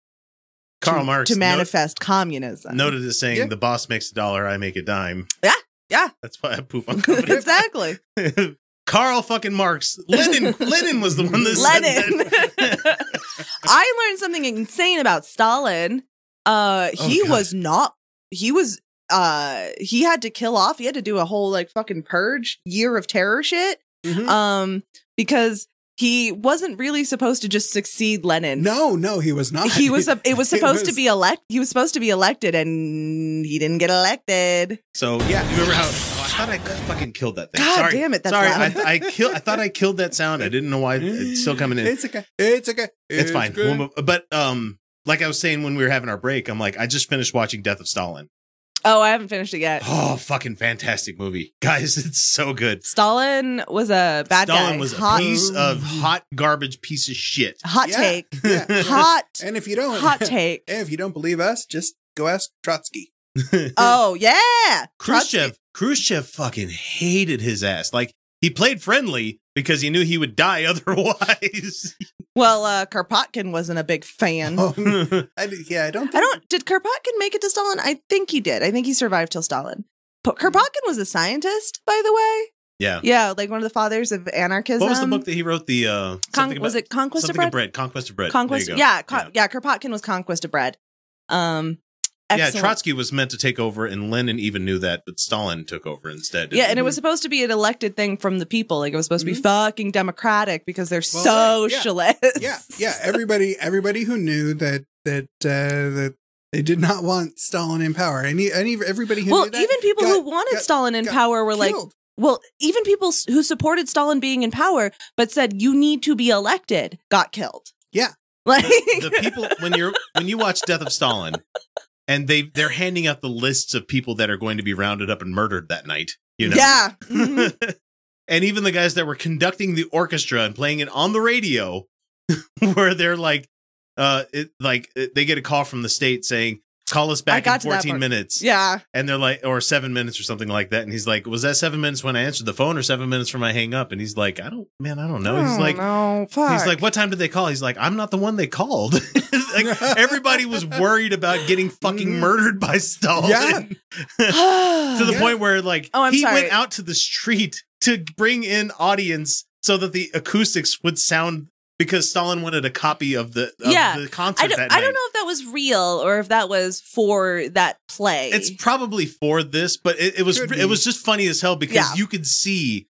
S1: Karl
S5: to,
S1: Marx
S5: to
S1: no-
S5: manifest communism.
S1: noted as saying
S2: Yeah.
S1: the boss makes a dollar, I make a dime.
S5: Yeah, yeah.
S1: That's why I poop on company.
S5: exactly.
S1: Karl fucking Marx. Lenin Lenin was the one that
S5: Lenin.
S1: said that.
S5: I learned something insane about Stalin. Uh
S1: Oh,
S5: he
S1: God.
S5: was not he was uh he had to kill off he
S1: Mm.
S5: had to do a whole like fucking purge year of terror shit
S2: Mhm.
S5: um because He wasn't really supposed to just succeed Lenin.
S2: No, no, he was not.
S5: He was. A, it was
S2: It
S5: supposed to
S2: was-
S5: be elect. He was supposed to be elected, and he didn't get elected.
S1: So yeah, you remember how oh, I thought I fucking killed that thing.
S5: God
S1: Sorry.
S5: damn it, that's
S1: Sorry,
S5: loud.
S1: I, I kill. I thought I killed that sound. I didn't know why it's still coming in. It's,
S2: It's okay. It's okay. It's,
S1: fine.
S2: good.
S1: We'll move- But um, like I was saying when we were having our break, I'm like, I just finished watching Death of Stalin.
S5: Oh, I haven't finished it yet.
S1: Oh, fucking fantastic movie, guys! It's so good.
S5: Stalin was a bad
S1: Stalin
S5: guy.
S1: was
S5: hot,
S1: a piece of hot garbage, piece of shit.
S5: hot
S2: Yeah.
S5: take.
S2: Yeah.
S5: Hot
S2: And if you don't,
S5: hot take.
S2: if you don't believe us, just go ask Trotsky.
S5: Oh yeah,
S1: Khrushchev, Khrushchev fucking hated his ass. Like he played friendly because he knew he would die otherwise.
S5: Well, uh, Karpatkin wasn't a big fan.
S2: Oh, I, yeah, I don't. Think,
S5: I don't. Did Karpatkin make it to Stalin? I think he did. I think he survived till Stalin. But Karpatkin was a scientist, by the way.
S1: Hmm. yeah.
S5: Yeah, like one of the fathers of anarchism.
S1: What was the book that he wrote? The uh,
S5: um, Con-
S1: something about-
S5: was it Conquest of
S1: something
S5: Bread?
S1: Conquest of bread.
S5: Conquest.
S1: There you go.
S5: Yeah, con- yeah, Karpatkin was Conquest of Bread. Um, excellent.
S1: Yeah, Trotsky was meant to take over, and Lenin even knew that, but Stalin took over instead.
S5: Yeah, and it was supposed to be an elected thing from the people. Like it was supposed to
S1: Hmm.
S2: Mhm.
S5: be fucking democratic because they're
S2: Well, yeah.
S5: socialists.
S2: Yeah, yeah. Everybody, everybody who knew that that uh, that they did not want Stalin in power. Any, any, everybody who
S5: Well,
S2: knew that
S5: even people
S2: got
S5: who wanted
S2: got-
S5: Stalin in
S2: got
S5: power were like,
S2: killed.
S5: well, even people s- who supported Stalin being in power but said you need to be elected got killed.
S2: Yeah.
S5: Like
S1: the people when you're when you watch Death of Stalin, and they they're handing out the lists of people that are going to be rounded up and murdered that night. You know,
S5: Yeah. Mhm.
S1: and even the guys that were conducting the orchestra and playing it on the radio where they're like uh it, like it- they get a call from the state saying call us back in
S5: got to that
S1: 14
S5: part.
S1: minutes
S5: yeah.
S1: and they're like or 7 minutes or something like that and he's like was that 7 minutes when I answered the phone or 7 minutes from I hang up and he's like I don't man I don't know
S2: Hmm.
S1: he's like
S5: Oh, no, fuck.
S1: He's like, what time did they call? He's like, I'm not the one they called. like everybody was worried about getting fucking
S5: Mm-hmm.
S2: Mhm.
S1: murdered by Stalin
S2: Yeah.
S1: to the
S2: Yeah.
S1: point where like
S5: Oh, I'm
S1: he
S5: sorry.
S1: went out to the street to bring in audience so that the acoustics would sound because Stalin wanted a copy of the of
S5: Yeah.
S1: the concert
S5: I don't,
S1: that
S5: I don't
S1: night.
S5: know if that was real or if that was for that play.
S1: It's probably for this, but it, it was
S2: Could be.
S1: it was just funny as hell because
S5: Yeah.
S1: you could see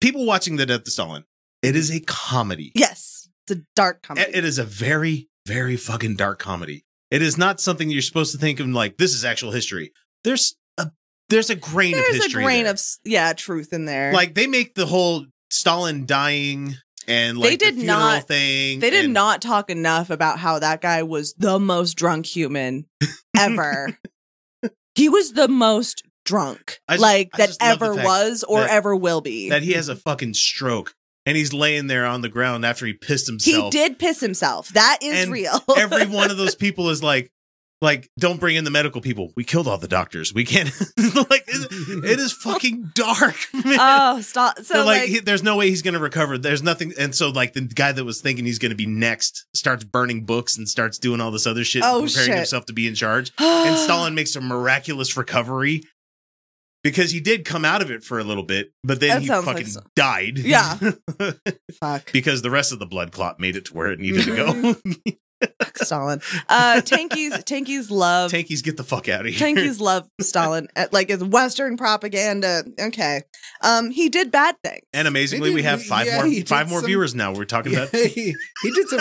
S1: people watching the death of Stalin. It is a comedy.
S5: yes. It's a dark comedy.
S1: It- it is a very very fucking dark comedy. It is not something you're supposed to think of like this is actual history. There's a there's a grain of
S5: There's a
S1: history.
S5: grain
S1: there.
S5: of s- yeah, truth in there.
S1: like they make the whole Stalin dying and like
S5: They did
S1: the funeral
S5: not-
S1: thing.
S5: They did
S1: and-
S5: not talk enough about how that guy was the most drunk human ever. he was the most drunk,
S1: I just-
S5: like
S1: I
S5: that
S1: just love the
S5: ever
S1: fact
S5: was or
S1: that-
S5: ever will be.
S1: that he has a fucking stroke and he's laying there on the ground after he pissed
S5: he
S1: himself.
S5: did piss himself. That is
S1: And
S5: real.
S1: Every one of those people is like, like, don't bring in the medical people. We killed all the doctors. We can't. like, it, it is fucking dark, man.
S5: oh, stop!
S1: They're
S5: So
S1: like,
S5: like,
S1: he- there's no way he's gonna recover. There's nothing, and so like the guy that was thinking he's gonna be next starts burning books and starts doing all this other shit,
S5: Oh,
S1: preparing
S5: shit.
S1: himself to be in charge. and Stalin makes a miraculous recovery because he did come out of it for a little bit, but then
S5: That
S1: he
S5: sounds
S1: fucking
S5: like so-
S1: died.
S5: Yeah. Fuck.
S1: because the rest of the blood clot made it to where it needed to go.
S5: Fuck Stalin. Uh, Tankies, Tankies love
S1: Tankies, get the fuck out of here.
S5: Tankies love Stalin. Uh, like it's Western propaganda. Okay, um, he did bad things.
S1: And amazingly,
S2: Maybe
S1: we have
S2: we-
S1: five
S2: yeah,
S1: more
S2: he did
S1: five more
S2: some-
S1: viewers now. We're talking
S2: Yeah,
S1: about
S2: he, he did some.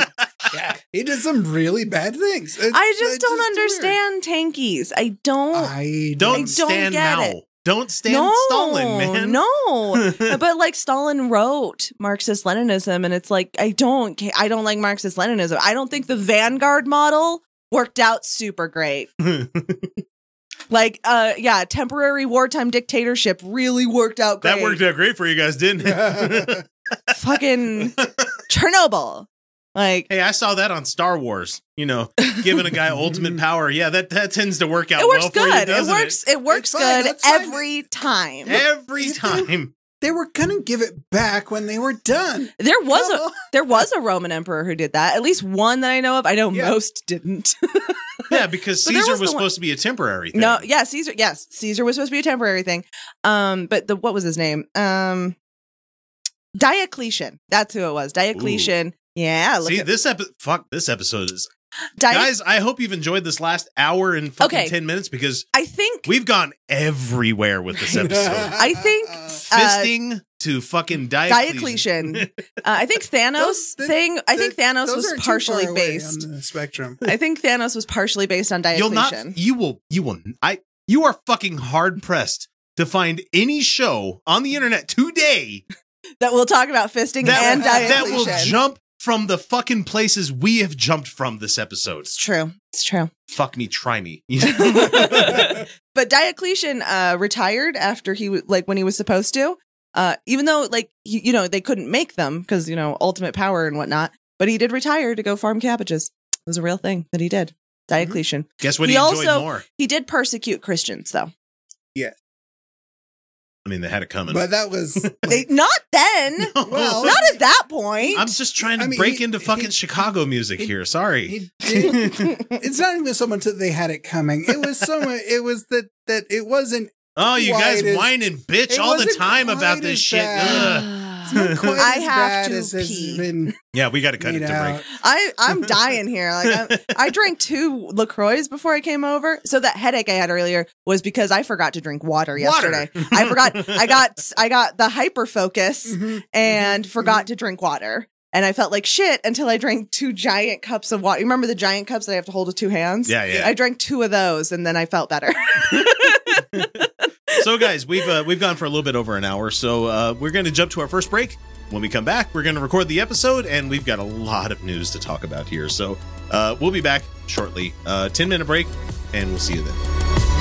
S2: yeah, he did some really bad things. It's-
S5: I just
S2: it's
S5: don't
S2: weird.
S5: understand Tankies. I don't.
S2: I
S1: don't
S5: don't
S1: stand
S5: get
S1: Mao.
S5: it.
S1: Don't stand Stalin, man.
S5: No. but like Stalin wrote Marxist Leninism, and it's like I don't, ca- I don't like Marxist Leninism. I don't think the vanguard model worked out super great. Like, uh, yeah, temporary wartime dictatorship really worked out great.
S1: that worked out great for you guys, didn't it?
S5: Fucking Chernobyl. Like,
S1: hey, I saw that on Star Wars. You know, giving a guy ultimate power. Yeah, that that tends to work out
S5: it works
S1: well for you,
S5: good. It
S1: doesn't
S5: works. It, works
S2: It's fine,
S5: good
S2: that's fine.
S5: every time.
S1: every
S2: If you-
S1: time.
S2: They were gonna give it back when they were done.
S5: There was
S2: Come
S5: a
S2: on.
S5: there was a Roman emperor who did that. At least one that I know of. I know
S2: Yeah.
S5: most didn't.
S1: Yeah, because
S5: But there
S1: Caesar was,
S5: was the one-
S1: supposed to be a temporary thing.
S5: No, yeah, Caesar. Yes, Caesar was supposed to be a temporary thing. Um, but the what was his name? Um, Diocletian. That's who it was. Diocletian. Yeah. Look
S1: See
S5: at,
S1: this epi- fuck this episode is
S5: Diet,
S1: Guys, I hope you've enjoyed this last hour and fucking
S5: Okay.
S1: 10 minutes because
S5: I think
S1: we've gone everywhere with this episode.
S5: I think uh,
S1: Fisting to fucking
S5: Diocletian.
S1: Diocletian.
S5: uh, I think
S2: Those-
S5: Thanos
S2: th-
S5: thing. I think
S2: Th-
S5: Thanos
S2: those
S5: was
S2: aren't too
S5: partially
S2: far away
S5: based.
S2: on the spectrum.
S5: I think Thanos was partially based on
S1: You'll not,
S5: Diocletian.
S1: you will, you will, I, you are fucking hard pressed to find any show on the internet today
S5: That we'll talk about fisting
S1: that,
S5: and
S1: that
S5: Diocletian.
S1: will jump from the fucking places we have jumped from this episode.
S5: it's true. It's true.
S1: Fuck me, try me.
S5: But Diocletian uh, retired after he w- like when he was supposed to. Uh, even though like he, you know they couldn't make them because you know ultimate power and whatnot. But he did retire to go farm cabbages. It was a real thing that he did.
S2: Mm-hmm.
S5: Diocletian.
S1: Guess what? He,
S5: He
S1: enjoyed
S5: also-
S1: more.
S5: He did persecute Christians though.
S1: I mean, they had it coming.
S2: But that was
S5: They- not then.
S1: No.
S2: well,
S5: Not at that point.
S1: I'm just trying to
S2: I mean,
S1: break
S2: he-
S1: into fucking
S2: he-
S1: Chicago music
S2: he-
S1: here. Sorry.
S2: it did- it's not even so much that they had it coming. It was so much, it was that that it wasn't
S1: oh, you guys
S2: Quite as-
S1: whine and bitch
S2: it
S1: all the
S2: wasn't
S1: time
S2: quite
S1: about this
S2: as
S1: shit.
S2: bad.
S1: Ugh.
S2: it's not quite
S5: I
S2: as
S5: have
S2: bad
S5: to
S2: as has
S5: pee.
S2: been
S1: Yeah, we got to cut
S2: made
S1: it
S2: out.
S1: to
S5: I I'm dying here. Like I'm,
S1: break.
S5: I drank two Lacroix before I came over. So that headache I had earlier was because I forgot to drink water yesterday.
S1: Water.
S5: I forgot. I got I got the hyper focus
S2: Mhm.
S1: Mm-hmm.
S5: and forgot to drink water. And I felt like shit until I drank two giant cups of water. You remember the giant cups that I have to hold with two hands?
S1: Yeah, yeah.
S5: I drank two of those and then I felt better.
S1: so guys we've uh, we've gone for a little bit over an hour so uh, we're gonna jump to our first break when we come back we're gonna record the episode and we've got a lot of news to talk about here so uh, we'll be back shortly uh, 10 minute break and we'll see you then